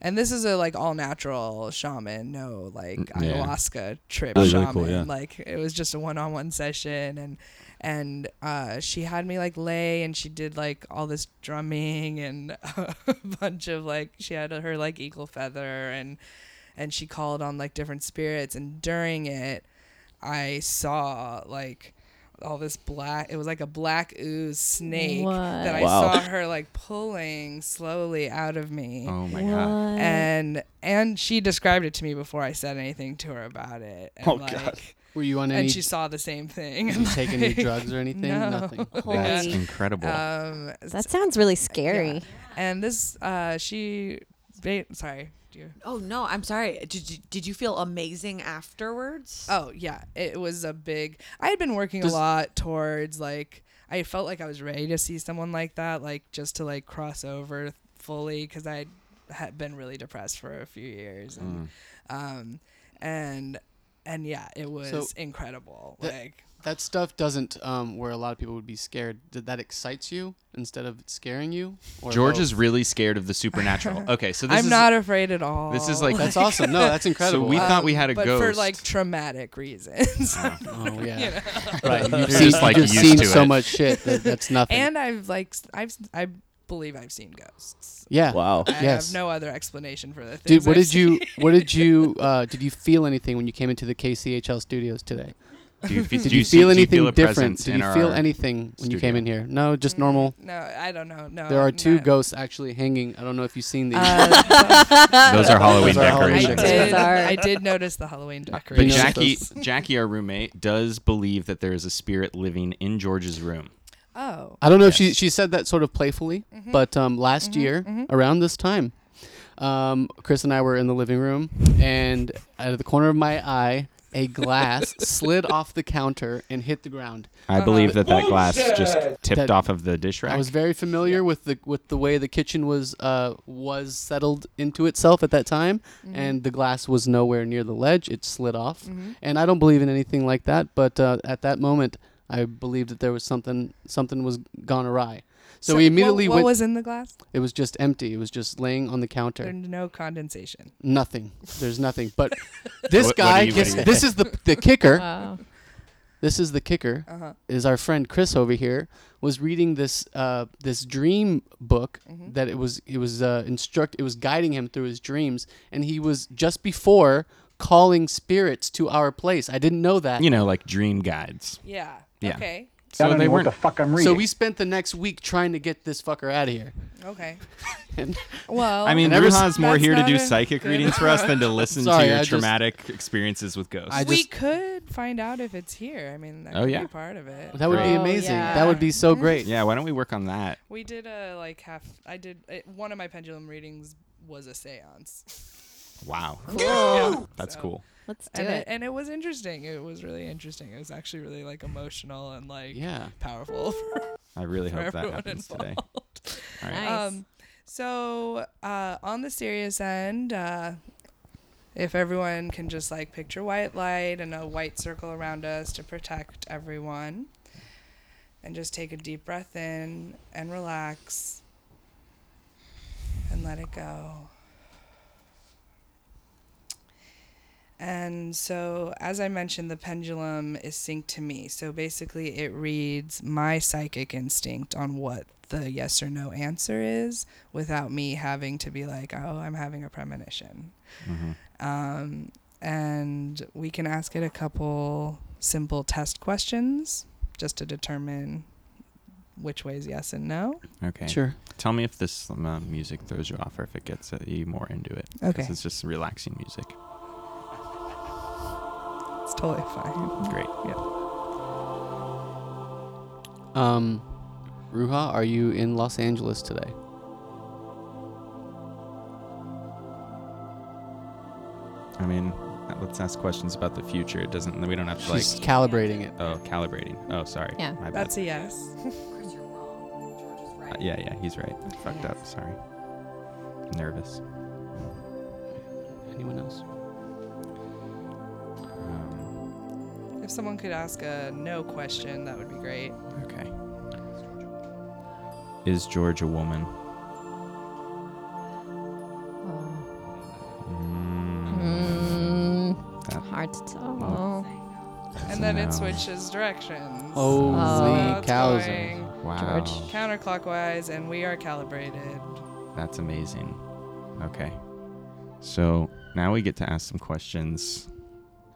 and this is a like all natural shaman, no like Mm, yeah. ayahuasca trip That was really shaman. cool, yeah. Like it was just a one on one session, and and uh, she had me like lay, and she did like all this drumming and a bunch of like she had her like eagle feather and and she called on like different spirits and during it i saw like all this black it was like a black ooze snake that i Wow. saw her like pulling slowly out of me Oh my God. What? and and she described it to me before i said anything to her about it and, Oh, God. Were you on any- and she saw the same thing Did you take any like, drugs or anything? no. Nothing. That's incredible. um, That sounds really scary. and this uh she ba- sorry do you Oh no, I'm sorry. Did you, did you feel amazing afterwards? Oh Uh, yeah, it was a big. I had been working Does- a lot towards like I felt like I was ready to see someone like that, like just to like cross over fully because I had been really depressed for a few years, and Mm. um, and and yeah, it was incredible. that- like that stuff doesn't um, where a lot of people would be scared. That that excites you instead of scaring you. Or George both? is really scared of the supernatural. Okay, so this I'm is not afraid at all. This is like That's awesome. No, that's incredible. So we thought we Um, had a but ghost. Uh-huh. for like traumatic reasons. Oh yeah, You know? right. You've You're seen, just, like, you've used seen to so it. much shit that that's nothing. And I've like s- I've s- I believe I've seen ghosts. yeah. Wow. I yes. have no other explanation for the things. Dude, what I've did you seen. what did you uh, did you feel anything when you came into the KCHL studios today? Do you fe- did do you you see- feel do you anything feel a different? presence Did in you feel our anything when you came in here? No, Mm. just normal. No, I don't know. No, There are two not- ghosts actually hanging. I don't know if you've seen these. Uh, Those are Halloween I decorations. did, Sorry. I did notice the Halloween But decorations. Jackie, Jackie, our roommate, does believe that there is a spirit living in George's room. Oh. I don't know if she she said that sort of playfully, Mhm. but um, last year around this time, um, Chris and I were in the living room, and out of the corner of my eye, a glass slid off the counter and hit the ground. Uh-huh. I believe that that glass just tipped That- off of the dish rack. I was very familiar with the with the way the kitchen was uh, was settled into itself at that time, Mm-hmm. Mhm. and the glass was nowhere near the ledge. It slid off, Mhm. and I don't believe in anything like that. But uh, at that moment, I believed that there was something something was gone awry. So, So we what- immediately what went- was in the glass? It was just empty. It was just laying on the counter. There's no condensation. Nothing. There's nothing. But What- this what do guy. you- what do gets- you- this is the the kicker. Wow. This is the kicker. Uh-huh. Is our friend Chris over here was reading this uh, this dream book Mm-hmm. that it was it was uh, instruct it was guiding him through his dreams and he was just before calling spirits to our place. I didn't know that. you know, like dream guides. Yeah. Yeah. Okay. So they weren't. So we spent the next week trying to get this fucker out of here. Okay. And- Well, I mean, And ever Ruha's since- more that's here to not do a- psychic readings for us than to listen Sorry, to your I just- traumatic experiences with ghosts. we could find out if it's here. I mean, that Oh, could yeah. be part of it. Oh, That would be Great. amazing. That would be so great. Yeah, why don't we work on that? We did a like half. I did it, one of my pendulum readings was a séance. Wow. Cool. Yeah. That's So- cool. Let's and and it was interesting. It was really interesting. It was actually really like emotional and like Yeah. powerful. for- I really for hope that everyone happens today. involved. All right. Nice. Um, so uh, on the serious end, uh, if everyone can just like picture white light and a white circle around us to protect everyone, and just take a deep breath in and relax and let it go. And so, as I mentioned, the pendulum is synced to me. So basically, it reads my psychic instinct on what the yes or no answer is without me having to be like, oh, I'm having a premonition. Mhm. Um, and we can ask it a couple simple test questions just to determine which way is yes and no. Okay. Sure. Tell me if this um, uh, music throws you off or if it gets uh, you more into it. 'cause Okay. It's just relaxing music. It's totally fine. Great. Yeah. Um, Ruha, are you in Los Angeles today? I mean, uh, let's ask questions about the future. It doesn't. We don't have to like. She's calibrating it. Oh, calibrating. Oh, sorry. Yeah. My bad. That's a yes. Uh, yeah, yeah. He's right. I Fucked up. Sorry. Nervous. Anyone else? If someone could ask a no question, that would be great. Okay. Is George a woman? Mm. That- Hard to tell. And then it No. switches directions. Holy now it's cows. going Wow. Counterclockwise, and we are calibrated. That's amazing. Okay. So now we get to ask some questions.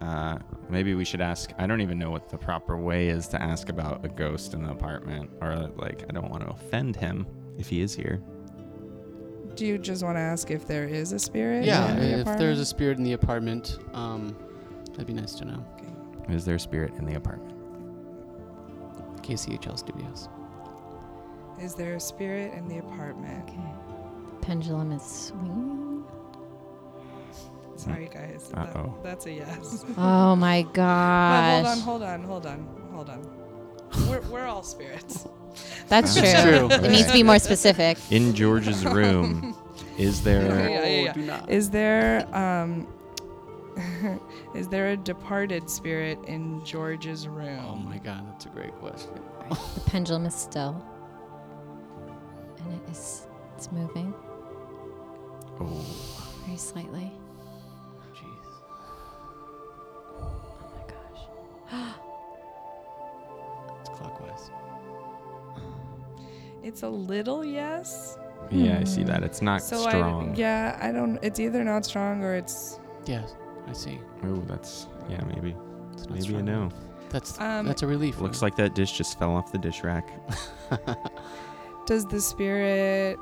Uh, maybe we should ask. I don't even know what the proper way is to ask about a ghost in the apartment, or like, I don't want to offend him if he is here. Do you just want to ask if there is a spirit? Yeah, in the if apartment? there's a spirit in the apartment, um, that'd be nice to know. Is there a spirit in the apartment? KCHL Studios. Is there a spirit in the apartment? Pendulum is swinging. Sorry, guys. that- Uh-oh. that's a yes. Oh my But gosh. hold on, hold on, hold on, hold on. We're, we're all spirits. That's That's true. true. It needs to be more specific. In George's room, is there? Yeah, yeah, yeah. Is there um is there a departed spirit in George's room? Oh my god, that's a great question. The pendulum is still. And it is it's moving Oh, very slightly. It's clockwise. It's a little yes. yeah, I Hmm. see that. It's not so strong. I, yeah, I don't it's either not strong or it's Yes, I see. Oh, that's yeah, maybe. not Maybe a strong. no. That's Um, that's a relief. Looks like that dish just fell off the dish rack. does the spirit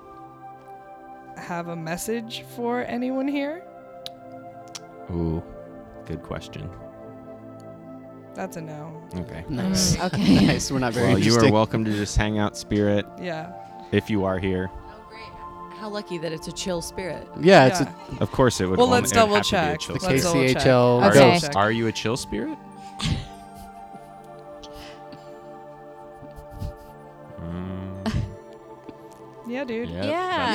have a message for anyone here? Ooh, good question. That's a no. Okay. Nice. Mm, okay. nice. We're not very well, you interesting. are welcome to just hang out, spirit. Yeah. If you are here. How lucky that it's a chill spirit. Yeah, it's a- Of course, it would. Well, only- let's it would double have to be a check. chill The spirit. KCHL Are you- ghost. Are you a chill spirit? Yeah, dude. Yep, Yeah.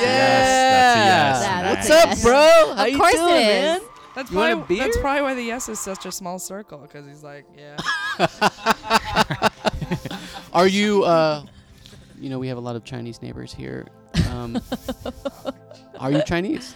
that's a yes, that's a yes. Yeah. What's up, bro? How Of you course doing, it is. man? That's You want a probably that's beer? probably why the yes is such a small circle because he's like, yeah. Are you? Uh, you know, we have a lot of Chinese neighbors here. Um, are you Chinese?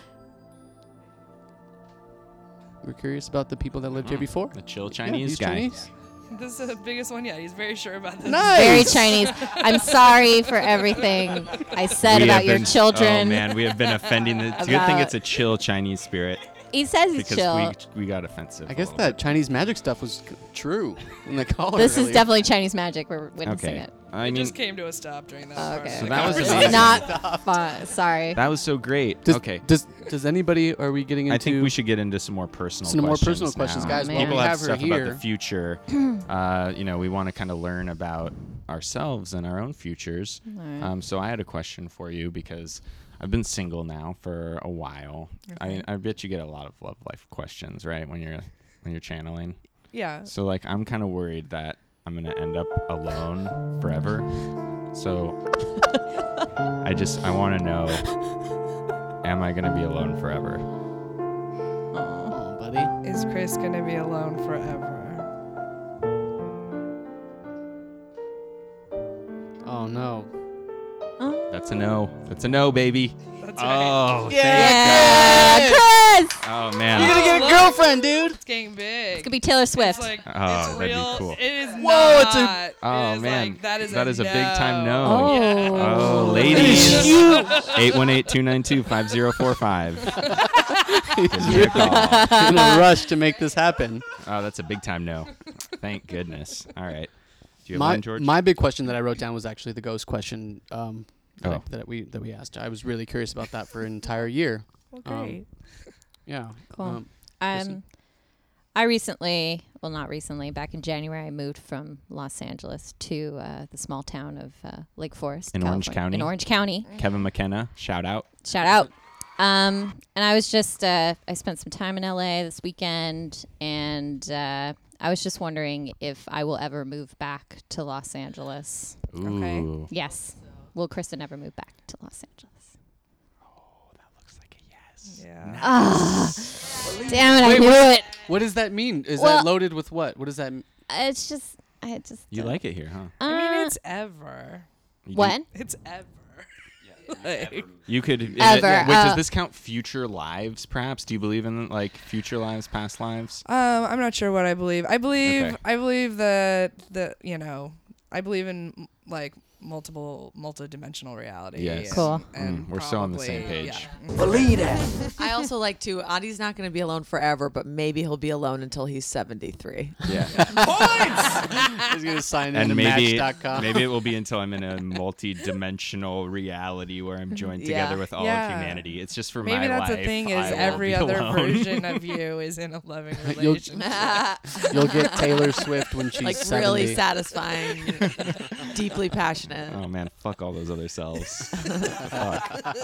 We're curious about the people that lived here Mm, before. the chill Yeah, Chinese he's guy. Chinese. this is the biggest one yet. He's very sure about this. Very Chinese. I'm sorry for everything I said We about have your been- children. Oh man, we have been offending. The, it's a good thing About- it's a chill Chinese spirit. He says he's because chill. we we got offensive. I a guess little that Chinese magic stuff was c- true in the caller. This is earlier. definitely Chinese magic. We're witnessing Okay. it. I It mean, just came to a stop during that. part Okay. of So the that was conversation. amazing. Not fun. Sorry. that was so great. Does- okay. Does Does anybody? Are we getting into? I think we should get into some more personal Some more questions personal questions, now. guys, while People we have, have her stuff about here. the future. uh, you know, we want to kind of learn about ourselves and our own futures. Alright. Um, so I had a question for you because I've been single now for a while. I mean, I bet you get a lot of love life questions, right? When you're when you're channeling. Yeah. So like, I'm kind of worried that I'm gonna end up alone forever. So I just I want to know, am I gonna be alone forever? Oh, Is Chris gonna be alone forever? Oh no. That's a no. That's a no, baby. Oh, thank Yeah, God. Chris! Oh man. You're gonna get a look. girlfriend, dude. It's getting big. It's gonna be Taylor Swift. like, Oh, it's that'd be real. cool. It is Whoa, not. it's a- Oh man, that is that a is a big time no. Oh. Oh, That ladies. is huge. 818-292-5045. Give me a call. in a rush to make this happen. Oh, that's a big time no. Thank goodness. All right. Do you have my, one, George? my big question that I wrote down was actually the ghost question um, that, I- Oh. that we that we asked. I was really curious about that for an entire year. Well, Um, great. yeah. Cool. um, Um, I recently, well, not recently, back in January, I moved from Los Angeles to uh, the small town of uh, Lake Forest, in Orange California- County. In Orange County. Kevin McKenna, shout out. Shout out. Um, and I was just, uh, I spent some time in LA this weekend, and uh, I was just wondering if I will ever move back to Los Angeles. Okay. Ooh. Yes. Will Kristen ever move back to Los Angeles? Yeah. Ah, damn it! I Wait, knew what- it. What does that mean? Is Well- that loaded with what? What does that? m- It's just, I just. You like it here, huh? I mean, Uh, it's ever. You do- What? It's ever. Like- You could. is it- Ever, wait, uh, Oh. does this count future lives? Perhaps. Do you believe in like future lives, past lives? Um, I'm not sure what I believe. I believe Okay. I believe that that you know I believe in m- like multiple multidimensional reality. Yes. and- Cool. and Mm, we're still on the same probably- page. yeah. Believe it. I also like to. Adi's not going to be alone forever, but maybe he'll be alone until he's 73. Yeah. He's gonna sign in and Mm. to maybe Match.com. maybe it will be until I'm in a multi-dimensional reality where I'm joined Yeah. together with all Yeah. of humanity. It's just for my Maybe that's life. the thing I is will every be other alone. version of you is in a loving You'll- relationship. You'll get Taylor Swift when she's like 70. really satisfying, deeply passionate. Oh man, fuck all those other selves. fuck.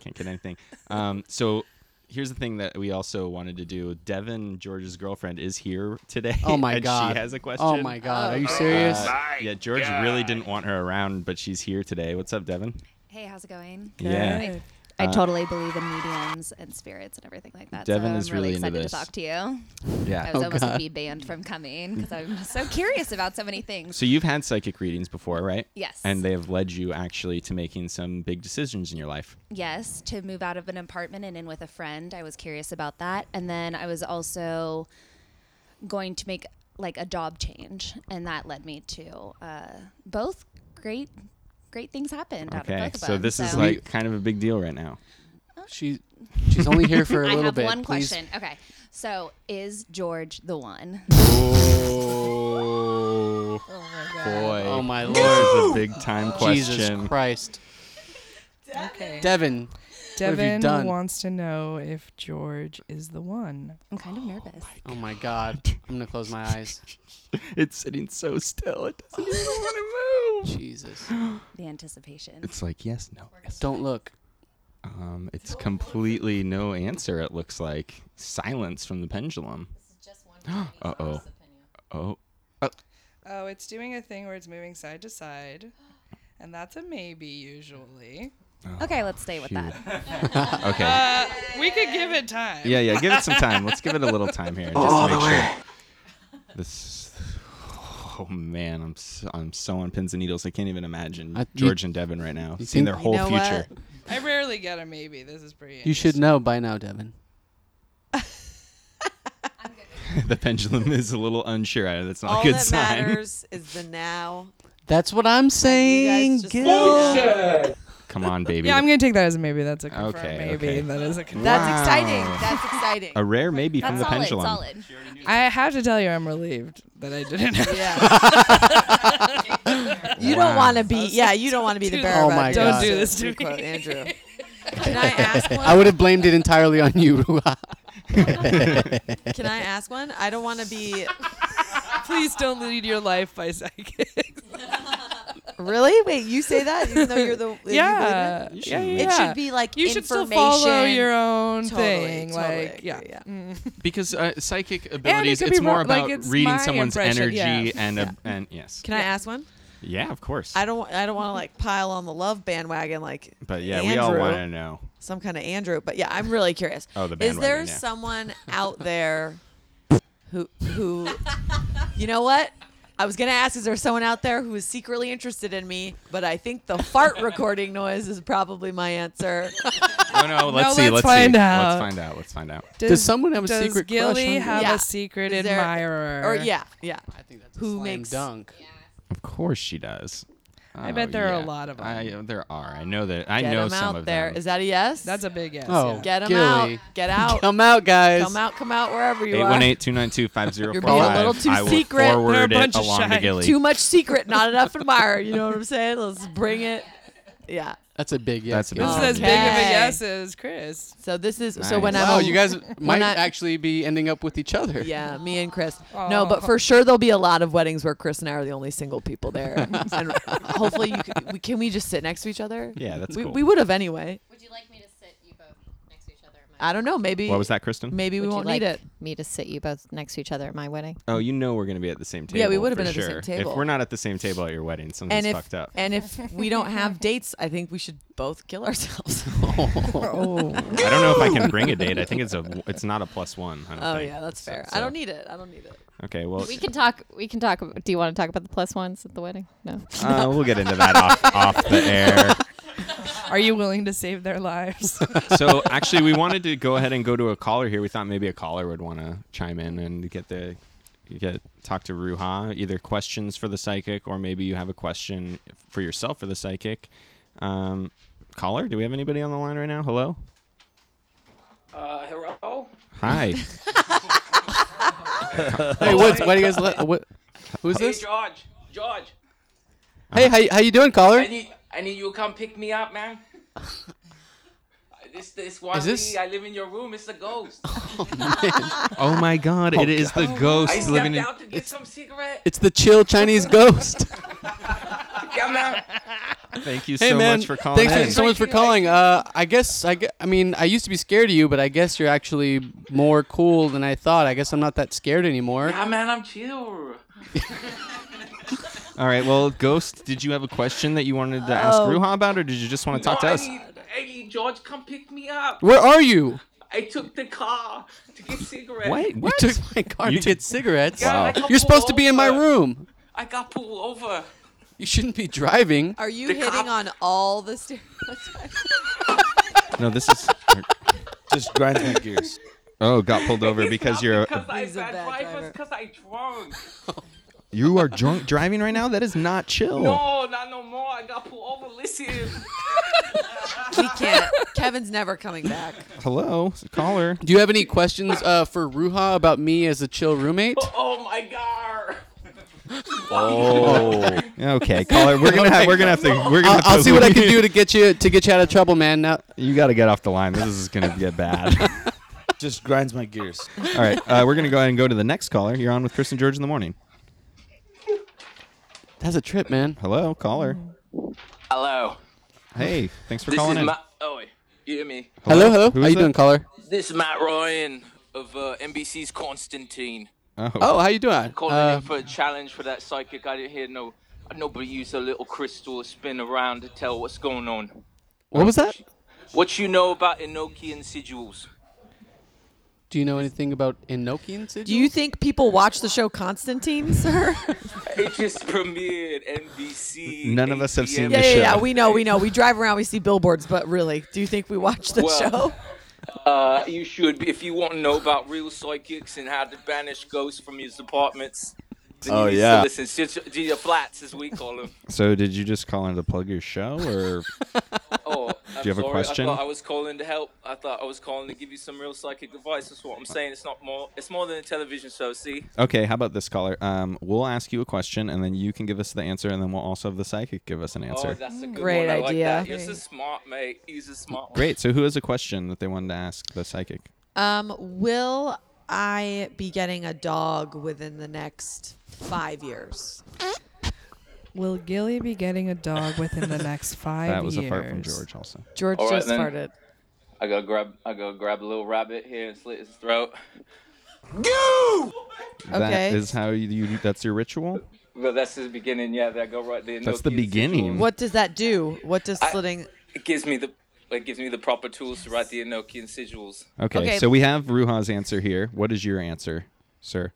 Can't get anything. Um, so here's the thing that we also wanted to do. Devin, George's girlfriend, is here today. Oh my and god. She has a question. Oh my god. Are you Uh, serious? yeah, George really didn't want her around, but she's here today. What's up, Devin? Hey, how's it going? Yeah. I, I Uh, totally believe in mediums and spirits and everything like that. Devin so is I'm really, really into excited this. to talk to you. Yeah. I was Oh, almost God. gonna be banned from coming because I'm so curious about so many things. So you've had psychic readings before, right? Yes. And they have led you actually to making some big decisions in your life. Yes, to move out of an apartment and in with a friend. I was curious about that, and then I was also going to make like a job change, and that led me to uh, both great, great things happened. Out of Okay. both of So them, this is so- like kind of a big deal right now. She she's only here for a I little have bit. one please. question. Okay. So is George the one? Oh, boy. Oh my lord. That is a big time question. Jesus Christ. Okay. Devin. What have you Devin done? wants to know if George is the one. I'm kind of nervous. Oh my god. I'm gonna close my eyes. it's sitting so still. It doesn't even want Jesus. The anticipation. It's like yes, no. Don't look. Um, it's completely no answer. It looks like silence from the pendulum. Uh oh. Oh. Oh, it's doing a thing where it's moving side to side, and that's a maybe usually. Oh. Okay, let's stay with shoot. that. Okay. Uh, we could give it time. Yeah, yeah. Give it some time. Let's give it a little time here. and All Just the make way. sure. This. Oh man, I'm so, I'm so on pins and needles. I can't even imagine I- you- George and Devin right now, you seeing think- their whole You know what? future. I rarely get a maybe. This is pretty. You should know by now, Devin. the pendulum is a little unsure. Uh, That's not All a good that sign. matters is the now. That's what I'm saying. just Get let it it. Come on, Oh, baby. Yeah, I'm gonna take that as a maybe. That's a confirmed Okay, maybe. okay. That is a confirmed. That's Wow. exciting. That's exciting. A rare maybe from the pendulum. I have to tell you, I'm relieved that I didn't. Yeah. You don't Wow. wanna be- yeah, you don't wanna be the bearer of Oh my bad Don't God. do news, this to to quote me, Andrew. Can I ask one? I would have blamed it entirely on you, Ruha. Can I ask one? I don't want to be. Please don't lead your life by psychics. Really? Wait, you say that even though you're the you believe in yeah, it? yeah, yeah, It should be like you should still follow information. your own Totally, thing. totally like yeah, Mm. because uh, psychic abilities, could it's be more wrong, like, about it's reading my someone's impression, energy yeah. and Yeah. a, and yes. Can I ask one? Yeah, of course. I don't. I don't want to like pile on the love bandwagon like. But yeah, we all Andrew. wanna know. Some kind of Andrew, but yeah, I'm really curious. Oh, the Is there bandwagon, yeah. someone out there who who? You know what? I was gonna ask. Is there someone out there who is secretly interested in me? But I think the fart recording noise is probably my answer. Oh, no, no. Let's see. let's Let's find see. out. Let's find out. Let's find out. does Gilly have Yeah. a secret Is there- admirer? Or yeah, yeah. I think that's who makes dunk. Of course she does. I Oh, bet there are a yeah. lot of 'em. I, uh, there are. I know that. I Get know 'em some out of there. them. Is that a yes? That's a big yes. Oh, Get them Gilly. out. Get out. Come out, guys. Come out. Come out wherever you are. 818-292-5045. You're being a little too I will secret. Forward it along to Gilly. Too much secret, not enough admirer. You know what I'm saying? Let's bring it. Yeah. That's a big yes. That's a big Gilly. This is as big of a Okay. yes as Chris. So this is so when I'm wow, a- you guys when might I- actually be ending up with each other. Yeah, me and Chris. No, Oh. but for sure there'll be a lot of weddings where Chris and I are the only single people there. and hopefully, you can, we, can we just sit next to each other? Yeah, that's we, cool. We would have anyway. Would you like me to sit you both next to each other? I don't know. Maybe. What was that, Kristen? Maybe we Would you won't like need it. Me to sit you both next to each other at my wedding. Oh, you know we're gonna be at the same table. Yeah, we would've for been at the same sure. table. If we're not at the same table at your wedding, something's and if fucked up. and if we don't have dates, I think we should both kill ourselves. Oh. I don't know if I can bring a date. I think it's a. It's not a plus one. I don't Oh think. yeah, that's So- fair. so- I don't need it. I don't need it. Okay, well, we can talk. We can talk. ab- Do you want to talk about the plus ones at the wedding? No. uh, we'll get into that off, off the air. Are you willing to save their lives? So actually, we wanted to go ahead and go to a caller here. We thought maybe a caller would want to chime in and get the get talk to Ruha. Either questions for the psychic, or maybe you have a question for yourself for the psychic. Um, caller, do we have anybody on the line right now? Hello. Uh, hello? Hi. Hey, what's, why do you guys let? What? Who's hey, this? George. George. Hey, how, how you doing, caller? I need, I need you to come pick me up, man. Uh, this, this one Is this- me, I live in your room. It's a ghost. oh my God! Oh, It is God. the ghost I stepped living in. out to get some cigarette. It's the chill Chinese ghost. Come out. Thank you hey so man, much for calling. Thanks in. for- so much for calling. Uh, I guess I, gu- I mean I used to be scared of you, but I guess you're actually more cool than I thought. I guess I'm not that scared anymore. Yeah, man, I'm chill. All right. Well, Ghost, did you have a question that you wanted to ask Oh. Ruha about, or did you just want to talk No, to I us? Need, hey, George, come pick me up. Where are you? I took the car to get cigarettes. What? You took my car You to get cigarettes. Yeah, I got You're supposed to pulled be in my over. room. I got pulled over. You shouldn't be driving. Are you hitting on all the stereotypes? No, this is just grinds my gears. Oh, got pulled over because you're Because I He's a bad, bad drivers, because I drunk. you are drunk driving right now. That is not chill. No, Oh, not no more. I got pulled over. Listen. we can't. Kevin's never coming back. Hello, caller. Do you have any questions uh, for Ruha about me as a chill roommate? Oh my god. Oh. okay, caller. We're gonna have we're gonna have to we're gonna. I'll, have to I'll see what I can do to get you to get you out of trouble, man. Now You got to get off the line. This is gonna get bad. Just grinds my gears. All right, uh, we're gonna go ahead and go to the next caller. You're on with Chris and George in the morning. That's a trip, man. Hello, caller. Hello. Hey, thanks for this calling is in. My, oh, wait. You hear me? Hello, hello. Who How is you that? doing, caller? This is Matt Ryan of uh, NBC's Constantine. Oh. Oh, how you doing? Calling Uh, in for a challenge for that psychic. I didn't hear no. Nobody use a little crystal to spin around to tell what's going on. what was that? What you know about Enochian sigils? Do you know anything about Enochian sigils? Do you think people watch the show Constantine, sir? It just premiered NBC. None of us have yeah, seen yeah, the show. yeah. We know, we know. We drive around, we see billboards, but really, do you think we watch the Well, show? Uh, you should. If you want to know about real psychics and how to banish ghosts from your apartments, then Oh, you need yeah. to listen sit your- to your flats, as we call them. So, did you just call in to plug your show, or Oh, I'm do you have sorry. a question? I thought I was calling to help. I thought I was calling to give you some real psychic advice. That's what I'm saying. It's not more. It's more than a television show. See. Okay, how about this caller? Um, we'll ask you a question, and then you can give us the answer, and then we'll also have the psychic give us an answer. Oh, that's a good Great one. I like idea. that. You're so smart, mate. You're so smart. Great. So, who has a question that they wanted to ask the psychic? Um, will I be getting a dog within the next five years? Will Gilly be getting a dog within the next five That was years? a fart from George, also. George All right, just then. farted. I gotta grab. I gotta grab a little rabbit here and slit his throat. That Okay. is how you, you. That's your ritual. But that's the beginning. Yeah, that go right there. That's the Enochian beginning. What does that do? What does slitting? It gives me the it gives me the proper tools to write the Enochian sigils. Okay, So we have Ruha's answer here. What is your answer, sir?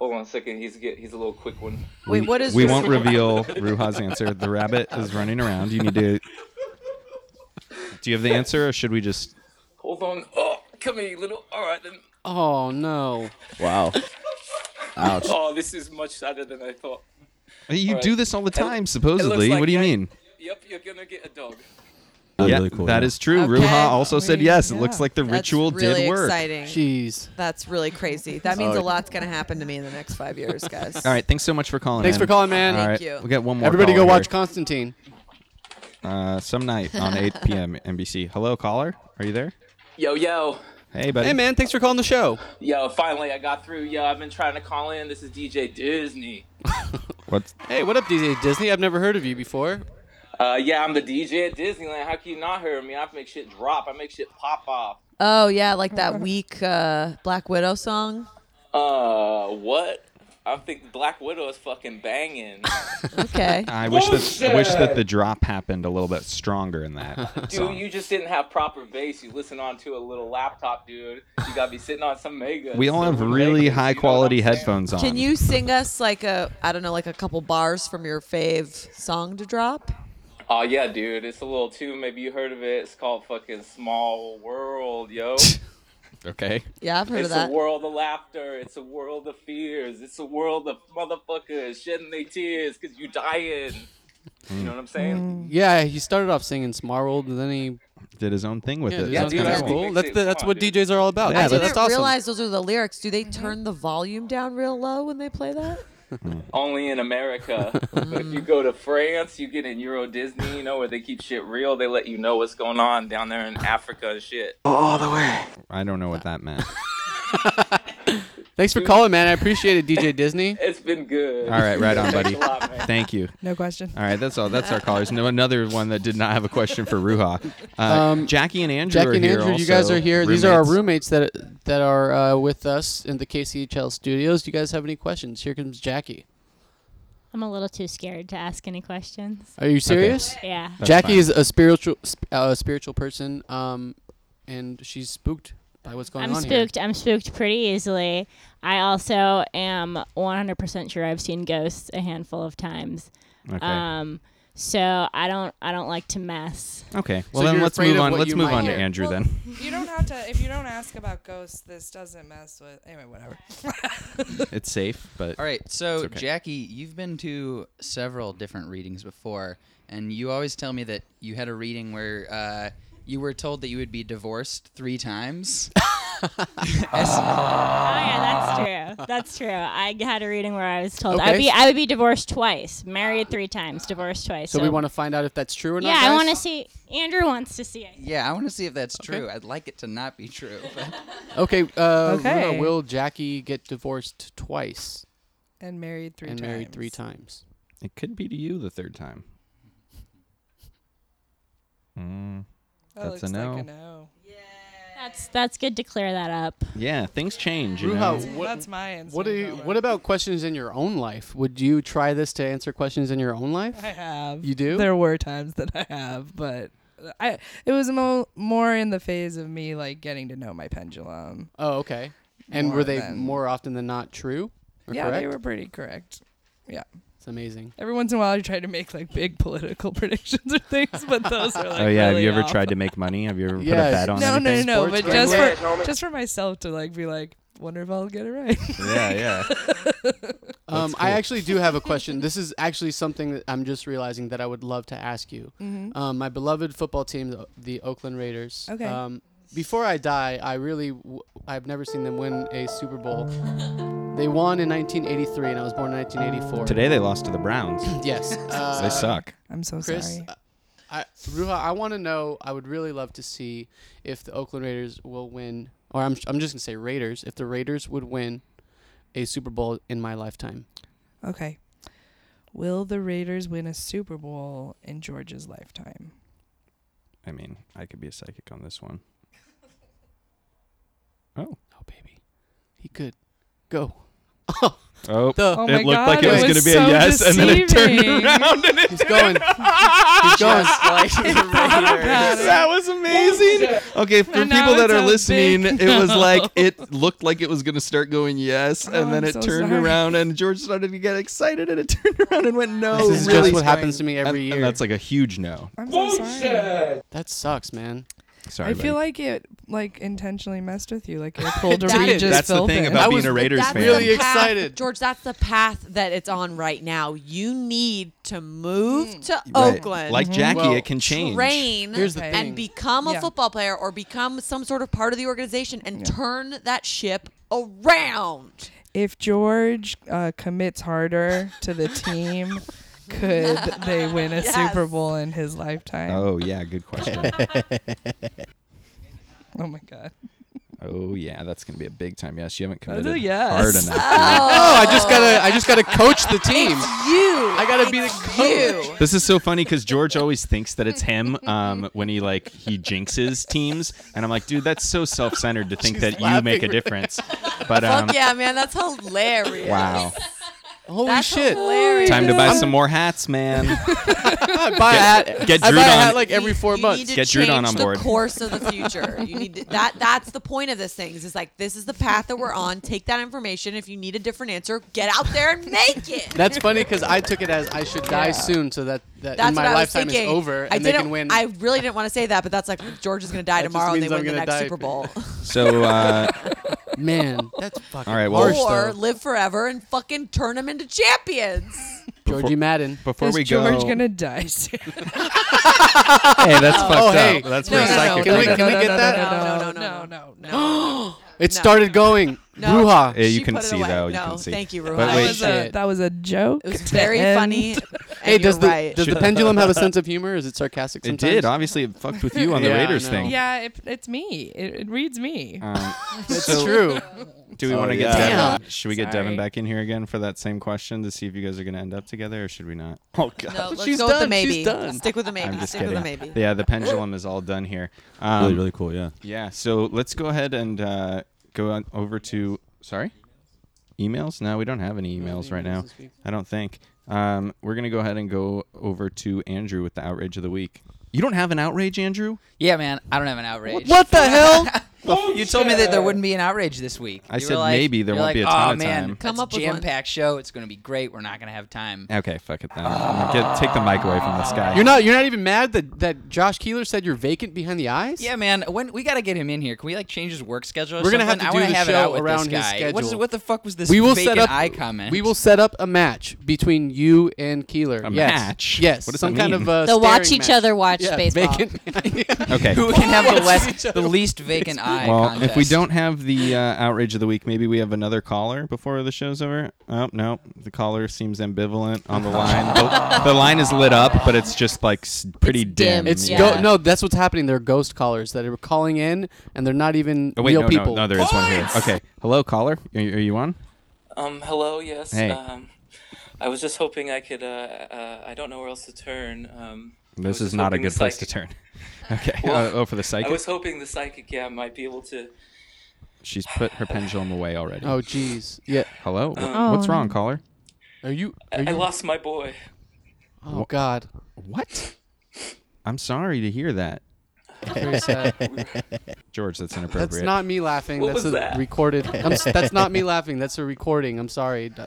Hold on a second. He's get he's a little quick one. we, We won't reveal Ruha's answer. The rabbit is running around. You need to. Do you have the answer, or should we just? Hold on. Oh, come here, you little. All right then. Oh no. Wow. Ouch. Oh, this is much sadder than I thought. You All do right. this all the It- it time, looks supposedly. like what do you I- mean? Yep, you're gonna get a dog. yeah, really cool, that yeah. is true. Ruha also said yes. It looks like the That's ritual really did work. Exciting. That's really crazy. That means Oh. a lot's gonna happen to me in the next five years, guys. All right, thanks so much for calling. Thanks in. for calling, man. All Thank right, you. We'll get one more. Everybody go caller watch here. Constantine. uh, some night on 8 p.m. NBC. Hello, caller. Are you there? Yo yo. Hey, buddy. Hey man, thanks for calling the show. Yo, finally I got through. Yo, I've been trying to call in. This is DJ Disney. What's Hey, what up, DJ Disney? I've never heard of you before. Uh, yeah, I'm the DJ at Disneyland. How can you not hear me? I make shit drop. I make shit pop off. Oh yeah, like that weak uh, Black Widow song. Uh, what? I think Black Widow is fucking banging. Okay. I wish that I wish that Bullshit! the drop happened a little bit stronger in that. Dude, song. you just didn't have proper bass. You listen on to a little laptop, dude. You gotta be sitting on some mega. We all have really high quality headphones on. Can you sing us like a I don't know like a couple bars from your fave song to drop? Oh yeah, dude. It's a little tune. Maybe you heard of it. It's called fucking Small World, yo. Okay. Yeah, I've heard it's of that. a world of laughter. It's a world of fears. It's a world of motherfuckers shedding their tears because you dying. You know what I'm saying? Yeah, he started off singing Smarwold and then he did his own thing with yeah, it. did Yeah, his own thing. dude, I That's think- cool. That's, the, that's what DJs are all about. Yeah, Yeah, I that's, didn't awesome. realize those are the lyrics. Do they Mm-hmm. turn the volume down real low when they play that? Mm. Only in America. but if you go to France, you get in Euro Disney, you know, where they keep shit real. They let you know what's going on down there in Africa and shit. All the way. I don't know what that meant. Thanks for calling, man. I appreciate it, DJ Disney. It's been good. All right, right on, Thanks buddy. a lot, man. Thank you. No question. All right, that's all. That's our callers. No, another one that did not have a question for Ruha. Uh, Jackie and Andrew Um, Jackie are and here. Andrew, you guys also, are here. These are our roommates. roommates that that are uh, with us in the KCHL studios. Do you guys have any questions? Here comes Jackie. I'm a little too scared to ask any questions. Are you serious? Yeah. Jackie is a spiritual sp- uh, spiritual person, um, and she's spooked by what's going I'm on here. spooked. I'm spooked pretty easily. I also am 100% sure I've seen ghosts a handful of times. Okay. Um, so I don't I don't like to mess. Okay. Well, then let's move on. Let's move on to Andrew then. You don't have to. If you don't ask about ghosts, this doesn't mess with. Anyway, whatever. It's safe, but All right, so it's okay. Jackie, you've been to several different readings before, and you always tell me that you had a reading where uh, you were told that you would be divorced three times. Oh yeah, that's true. That's true. I had a reading where I was told Ah. Okay. I'd be I would be divorced twice, married three times, divorced twice. So, we want to find out if that's true or not. Yeah, I guys? want to see. Andrew wants to see it. yeah, I want to see if that's true. I'd like it to not be true. but- Okay. Uh, Okay. Luna, will Jackie get divorced twice and married three and times. married three times? It could be to you the third time. Mm, That that's a looks like no. a no. That's that's good to clear that up. Yeah, things change. You know? That's- Ruha, what, that's my answer What, do you, what about questions in your own life? Would you try this to answer questions in your own life? I have. You do? There were times that I have, but I it was mo- more in the phase of me like getting to know my pendulum. Oh, okay. And More were they than- more often than not true? Or yeah, they correct? were pretty correct. Yeah. It's amazing. Every once in a while, I try to make like big political predictions or things, but those are like. oh yeah, have really you ever off. tried to make money? Have you ever put Yeah, a bet on No, no, no, anything? no. Sports But gambling? just Yeah, for just for myself to like be like, wonder if I'll get it right. Yeah, yeah. Um, I actually do have a question. this is actually something that I'm just realizing that I would love to ask you. Mhm. Um, my beloved football team, the, the Oakland Raiders. Okay. Um, before I die, I really w- I've never seen them win a Super Bowl. They won in 1983, and I was born in 1984. Today they lost to the Browns. Yes. they Uh, suck. I'm so Chris, sorry. I, Ruha, I want to know. I would really love to see if the Oakland Raiders will win, or I'm, I'm just gonna say Raiders. If the Raiders would win a Super Bowl in my lifetime, Okay. Will the Raiders win a Super Bowl in George's lifetime? I mean, I could be a psychic on this one. Oh. Oh baby, he could go. Oh, The- it looked like it was going to be a yes, and then it turned around and it He's going. He's going. that was amazing. Okay, for And now people that it's are a listening, big it was like no. it looked like it was going to start going yes, and Oh, then I'm it so turned sorry. around, and George started to get excited, and it turned around and went no. This is really just what sorry. happens to me every And- year. and that's like a huge no. I'm so sorry. That sucks, man. Sorry, I feel buddy. like it like intentionally messed with you. Like it pulled a That Regis is- That's the Philbin. thing about I being was- a Raiders That's fan. the Really path- excited. George, that's the path that it's on right now. You need to move to Right. Oakland. Like Jackie, Mm. Mm-hmm. Well, it can change. Train Here's the thing. and become a Yeah. football player or become some sort of part of the organization and turn that ship around. If George uh, commits harder to the team, could they win a Yes. Super Bowl in his lifetime? Oh yeah, good question. Oh my god. oh yeah, that's going to be a big time yes. You haven't That's a committed yes. hard enough. Oh, I just gotta. I just gotta coach the team. You. I gotta be the coach. This is so funny because George always thinks that it's him um, when he like he jinxes teams, and I'm like, dude, that's so self-centered to think She's that you make laughing a right difference. But um, Fuck yeah, man. That's hilarious. wow, Holy That's shit! hilarious. time to buy some more hats, man. I buy a hat. get I buy a Drew on- hat like every four you Need months. to Get Dreudon change on board. The course of the future. You need to, that. That's the point of this thing. Is it's like this is the path that we're on. Take that information. If you need a different answer, get out there and make it. That's funny because I took it as I should die Yeah. soon, so that that That's in my what I was lifetime is thinking. over I and they didn't- can win. I really didn't want to say that, but that's like George is going to die That just tomorrow and they means win I'm the gonna next die. Super Bowl. So uh, Man, that's fucking All right, well- harsh, or though. live forever and fucking turn them into champions. Georgie Madden. before Is we go, George gonna die soon? hey, that's Oh, fucked up. hey. That's No, where no, no, psychic. can we- went. can we get that? No, no, no, no, no. It started going. Ruha. Yeah, you She can put it see away. though. You No, can see. thank you, Ruha. But That wait, was a, that was a joke. It was to very end. funny. and Hey, does you're the right. does the pendulum have a sense of humor? Is it sarcastic? it Sometimes? did. Obviously, it fucked with you on the Yeah, I Raiders know. thing. Yeah, it, it's me. It, it reads me. Um, That's so- true. Do we Oh, want to get yeah. Devin? Damn. Should we get Sorry. Devin back in here again for that same question to see if you guys are going to end up together, or should we not? Oh god. No, let's She's go with the done. She's maybe. done. Stick with the maybe. I'm just Stick kidding. with the maybe. Yeah, the pendulum is all done here. Um, really, really cool. Yeah. Yeah. So let's go ahead and uh, go on over to sorry, emails. No, we don't have any emails right now. I don't think. Um, we're gonna go ahead and go over to Andrew with the outrage of the week. You don't have an outrage, Andrew? Yeah, man, I don't have an outrage. What the hell? You told me that there wouldn't be an outrage this week. I You said were like- maybe there you're won't like, be a ton oh, of man, time." Come Come up up with one." jam-packed show. It's going to be great. We're not going to have time. Okay, fuck it then. Get, take the mic away from this guy. You're not. You're not even mad that that Josh Keeler said you're vacant behind the eyes. Yeah, man. When we got to get him in here. Can we like change his work schedule? Or We're gonna something? I have to do wanna the have it show out with around this his guy. What, is, schedule. what the fuck was this? we will vacant set up. eye comment. We will set up a match between you and Keeler. A yes. match? Yes. What does Some that kind mean? of uh, They'll watch staring each match. other watch yeah, baseball. Vacant. Okay. Who can have the Watch less, each other the least vacant eye Well, contest? if we don't have the uh, outrage of the week, maybe we have another caller before the show's over. Oh no, the caller seems ambivalent on the line. the, the line is lit up, but it's just like s- pretty It's dim. dim, It's Yeah. go- no, that's what's happening. They're ghost callers that are calling in, and they're not even Oh wait, real no, people. no, no, there is one here. Okay, hello caller, are, you- are you on? Um, hello, yes. Hey. Um, I was just hoping I could. Uh, uh, I don't know where else to turn. Um, I was This is just not a hoping good the place to psychic- turn. okay. Well, uh, oh, for the psychic. I was hoping the psychic, yeah, might be able to. She's put her pendulum away already. Oh, jeez. Yeah. Hello. Wh- Oh, What's wrong, no. caller? Are you? I, I lost my boy. Oh God. What? I'm sorry to hear that. Very sad. George, that's inappropriate. That's not me laughing. What that's was a that? recorded. I'm s- that's not me laughing. That's a recording. I'm sorry. D-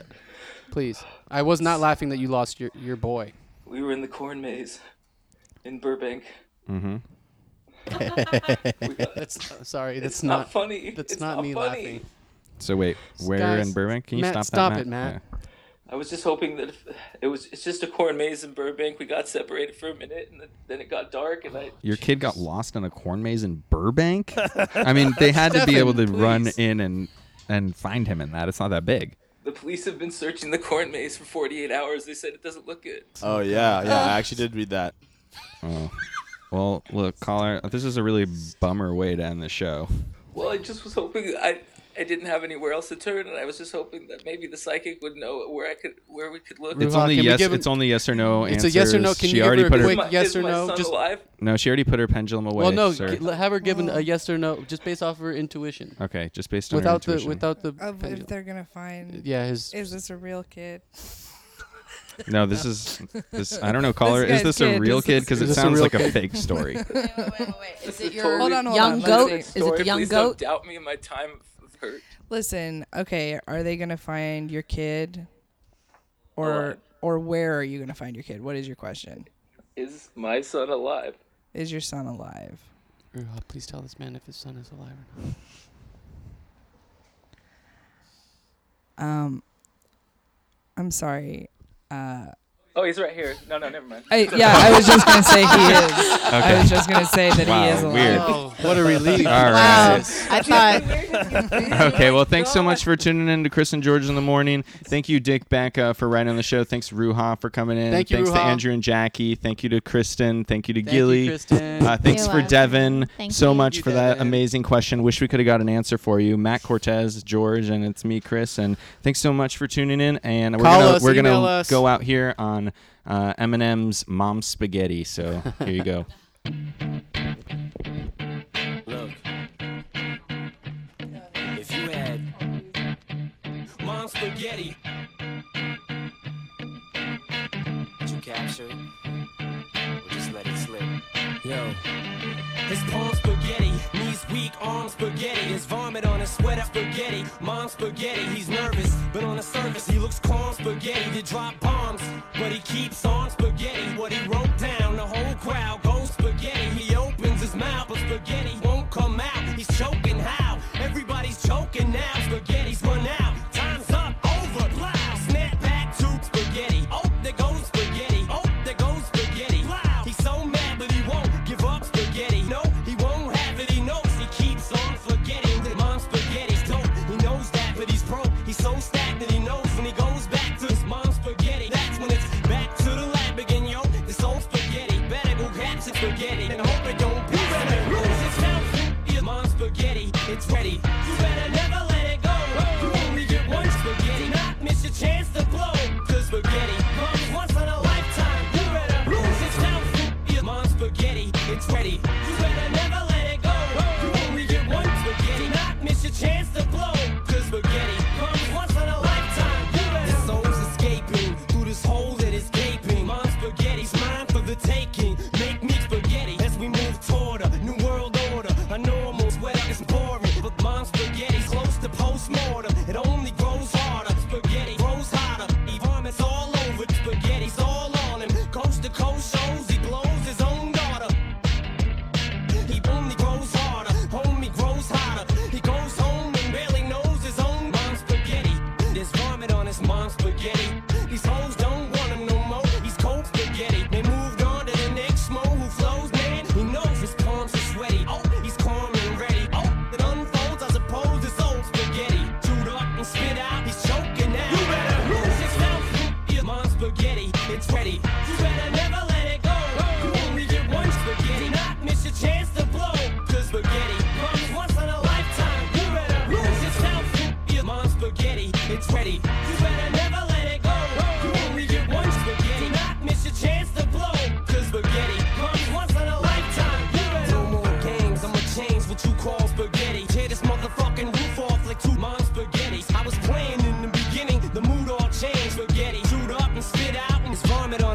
Please. I was not laughing that you lost your, your boy. We were in the corn maze in Burbank. Mm-hmm. that's sorry. That's It's not funny. That's It's not, not me funny. laughing. So wait, where Guys, in Burbank? Can you Matt, stop, stop that, it, Matt. I was just hoping that if, it was. It's just a corn maze in Burbank. We got separated for a minute, and then it got dark, and I. Your kid got lost in a corn maze in Burbank. I mean, they had to be able to Stefan, run please. in and and find him in that. It's not that big. The police have been searching the corn maze for 48 hours. They said it doesn't look good. Uh, Oh yeah, yeah. I actually did read that. Oh. Well, look, caller, this is a really bummer way to end the show. Well, I just was hoping I I didn't have anywhere else to turn, and I was just hoping that maybe the psychic would know where I could where we could look. It's only can we yes. give him- It's only yes or no. It's a yes or no. answers. Can she you give already her a put quick her. yes Is or my no? son Just alive? No, she already put her pendulum away. well, no. sir. g- l- Have her given a yes or no, just based off of her intuition. Okay, just based on her without the intuition. without the. Of pendulum. if they're gonna find. Yeah, his- Is this a real kid? No, this is this. I don't know, caller. This Is this guy's a kid, real this kid? is- Because it Is this a sounds real like a kid? fake story. Is it Totally- hold on, hold Young on. goat? let's see. Is it the young Please don't goat? doubt me in my time of hurt. Listen, okay, are they gonna find your kid, or or where are you gonna find your kid? What is your question? Is my son alive? Is your son alive? Oh, please tell this man if his son is alive or not. Um, I'm sorry. Uh, Oh, he's right here. No, no, never mind. I, yeah, I was just gonna say he is. I was just gonna say that Wow, he is alive. weird. what a relief. All Oh. Wow. right. I thought. okay, well, thanks so much for tuning in to Chris and George in the morning. Thank you, Dick Becca, for writing on the show. Thanks, Ruha, for coming in. Thank you, thanks to Ruha. Andrew and Jackie. Thank you to Kristen. Thank you to Thank you, Gilly. Kristen. Uh, thanks You're for welcome. Devin Thank so you. much Thank for you, that Devin. amazing question. Wish we could have got an answer for you. Matt Cortez, George, and it's me, Chris. And thanks so much for tuning in. And we're Call gonna us, we're gonna email us. go out here on uh, Eminem's Mom Spaghetti. So here you go. Look. If you had mom spaghetti that you capture, or just let it slip. Yo. His palm spaghetti, knees weak, arm spaghetti. His vomit on his sweater spaghetti, mom spaghetti. He's nervous, but on the surface he looks calm spaghetti. To drop bombs, but he keeps on spaghetti. What he wrote down, the whole crowd goes spaghetti. He opens his mouth, but spaghetti won't come out. He's choking how? Everybody's choking now. Spaghetti's run out. Time's up, over. Blah. Snap back to spaghetti. Oh, there goes spaghetti. Oh, there goes spaghetti. Wow. He's so mad, but he won't give up spaghetti. No, he won't have it. He knows he keeps on forgetting that mom's spaghetti's dope. He knows that, but he's broke. He's so stagnant. He knows when he goes back to his mom's spaghetti. That's when it's back to the lab again, yo. This old spaghetti. Better go catch it spaghetti and hope it don't pass. You lose its mouth. Your mom's spaghetti. It's ready. You better never let it go. You only get one spaghetti. Do not miss your chance to blow. Cause spaghetti comes once in a lifetime. You better lose its mouth. Your mom's spaghetti. It's ready. You better never let it go. You only get one spaghetti. Do not miss your chance to blow. Cause spaghetti comes once in a lifetime. You better. His soul's escaping through this hole that is gaping. Mom's spaghetti's mine for the taking. Make me spaghetti as we move toward a new world order. A normal sweater is boring, but mom's spaghetti's close to post-mortem. It only grows harder. Spaghetti grows hotter. He vomits all over. Spaghetti's all on him. Coast to coast shows he blows his own daughter. He only grows harder. Homie grows hotter. He goes home and barely knows his own mom's spaghetti. There's vomit on his mom's spaghetti. These hoes don't want him no more. He's cold spaghetti. They moved on to the next mo who flows, man. He knows his palms are sweaty. Oh, he's calm and ready. Oh, it unfolds. I suppose it's old spaghetti. Chewed up and spit out. He's choking now. You better lose his mouth. Your mom's spaghetti. It's ready. You better never let it go. You only get one spaghetti. Do not miss your chance to blow. Cause spaghetti comes once in a lifetime. You better lose yourself. Your mom's spaghetti. It's ready. You better never let it go.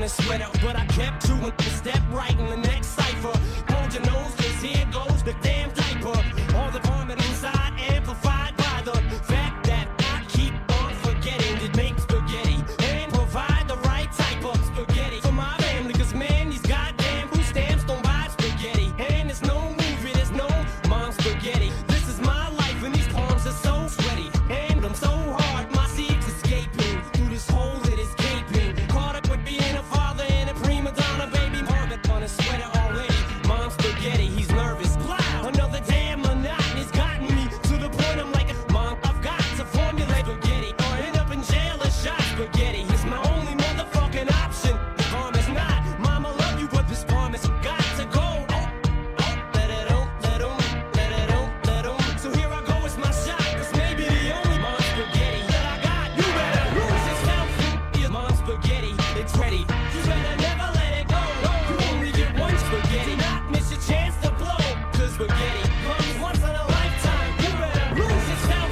sweater, but I kept to it. Step right in the next cipher. Hold your nose, 'cause here goes the damn diaper. All the vomit inside, amplified by the fact that I keep on forgetting to make spaghetti and provide the right type of spaghetti for my family. Cause man, these goddamn food stamps don't buy spaghetti. And it's no movie, there's no mom spaghetti. This is my life, and these palms are so sweaty. And I'm so hard, my seeds escaping through this hole that is gaping. Caught up with being a father and a prima donna, baby. Marvin on a sweater already. Mom spaghetti, he's nervous. Plow, another damn monotony's gotten me to the point I'm like, Mom, I've got to formulate spaghetti or end up in jail or shot spaghetti. It's my only motherfucking option. The farm is not. Mama, love you, but this farm has got to go. Oh, oh, let it out, let on, let it out, let on. So here I go, it's my shot. 'cause maybe the only mom spaghetti that I got. You better lose yourself. Your mom spaghetti, it's ready. You better never let it go. You only get one spaghetti. Do not miss your chance to blow. 'Cause spaghetti comes once in a lifetime. You better lose yourself.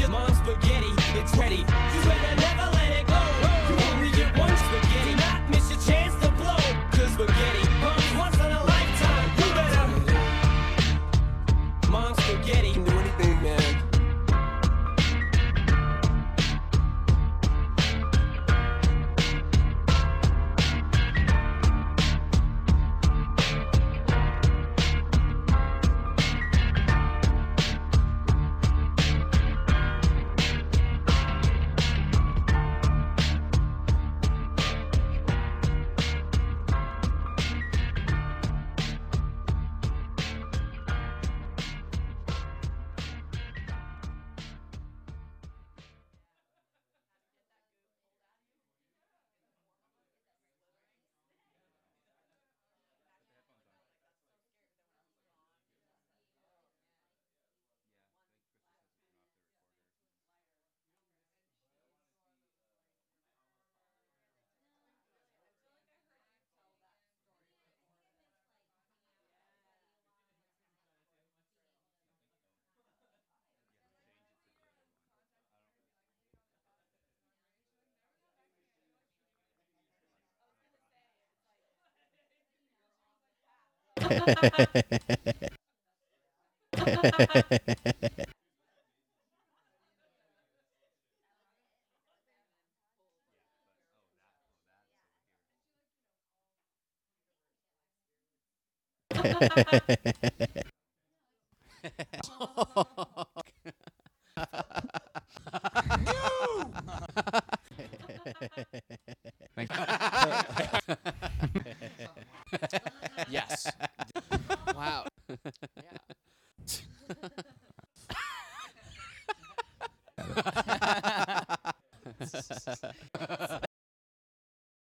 Your mom spaghetti, it's ready. You better never let it go. You only get one spaghetti. Do not miss your chance to blow. 'Cause spaghetti comes once in a lifetime. You better. Mom spaghetti can do anything, man. yes. Wow.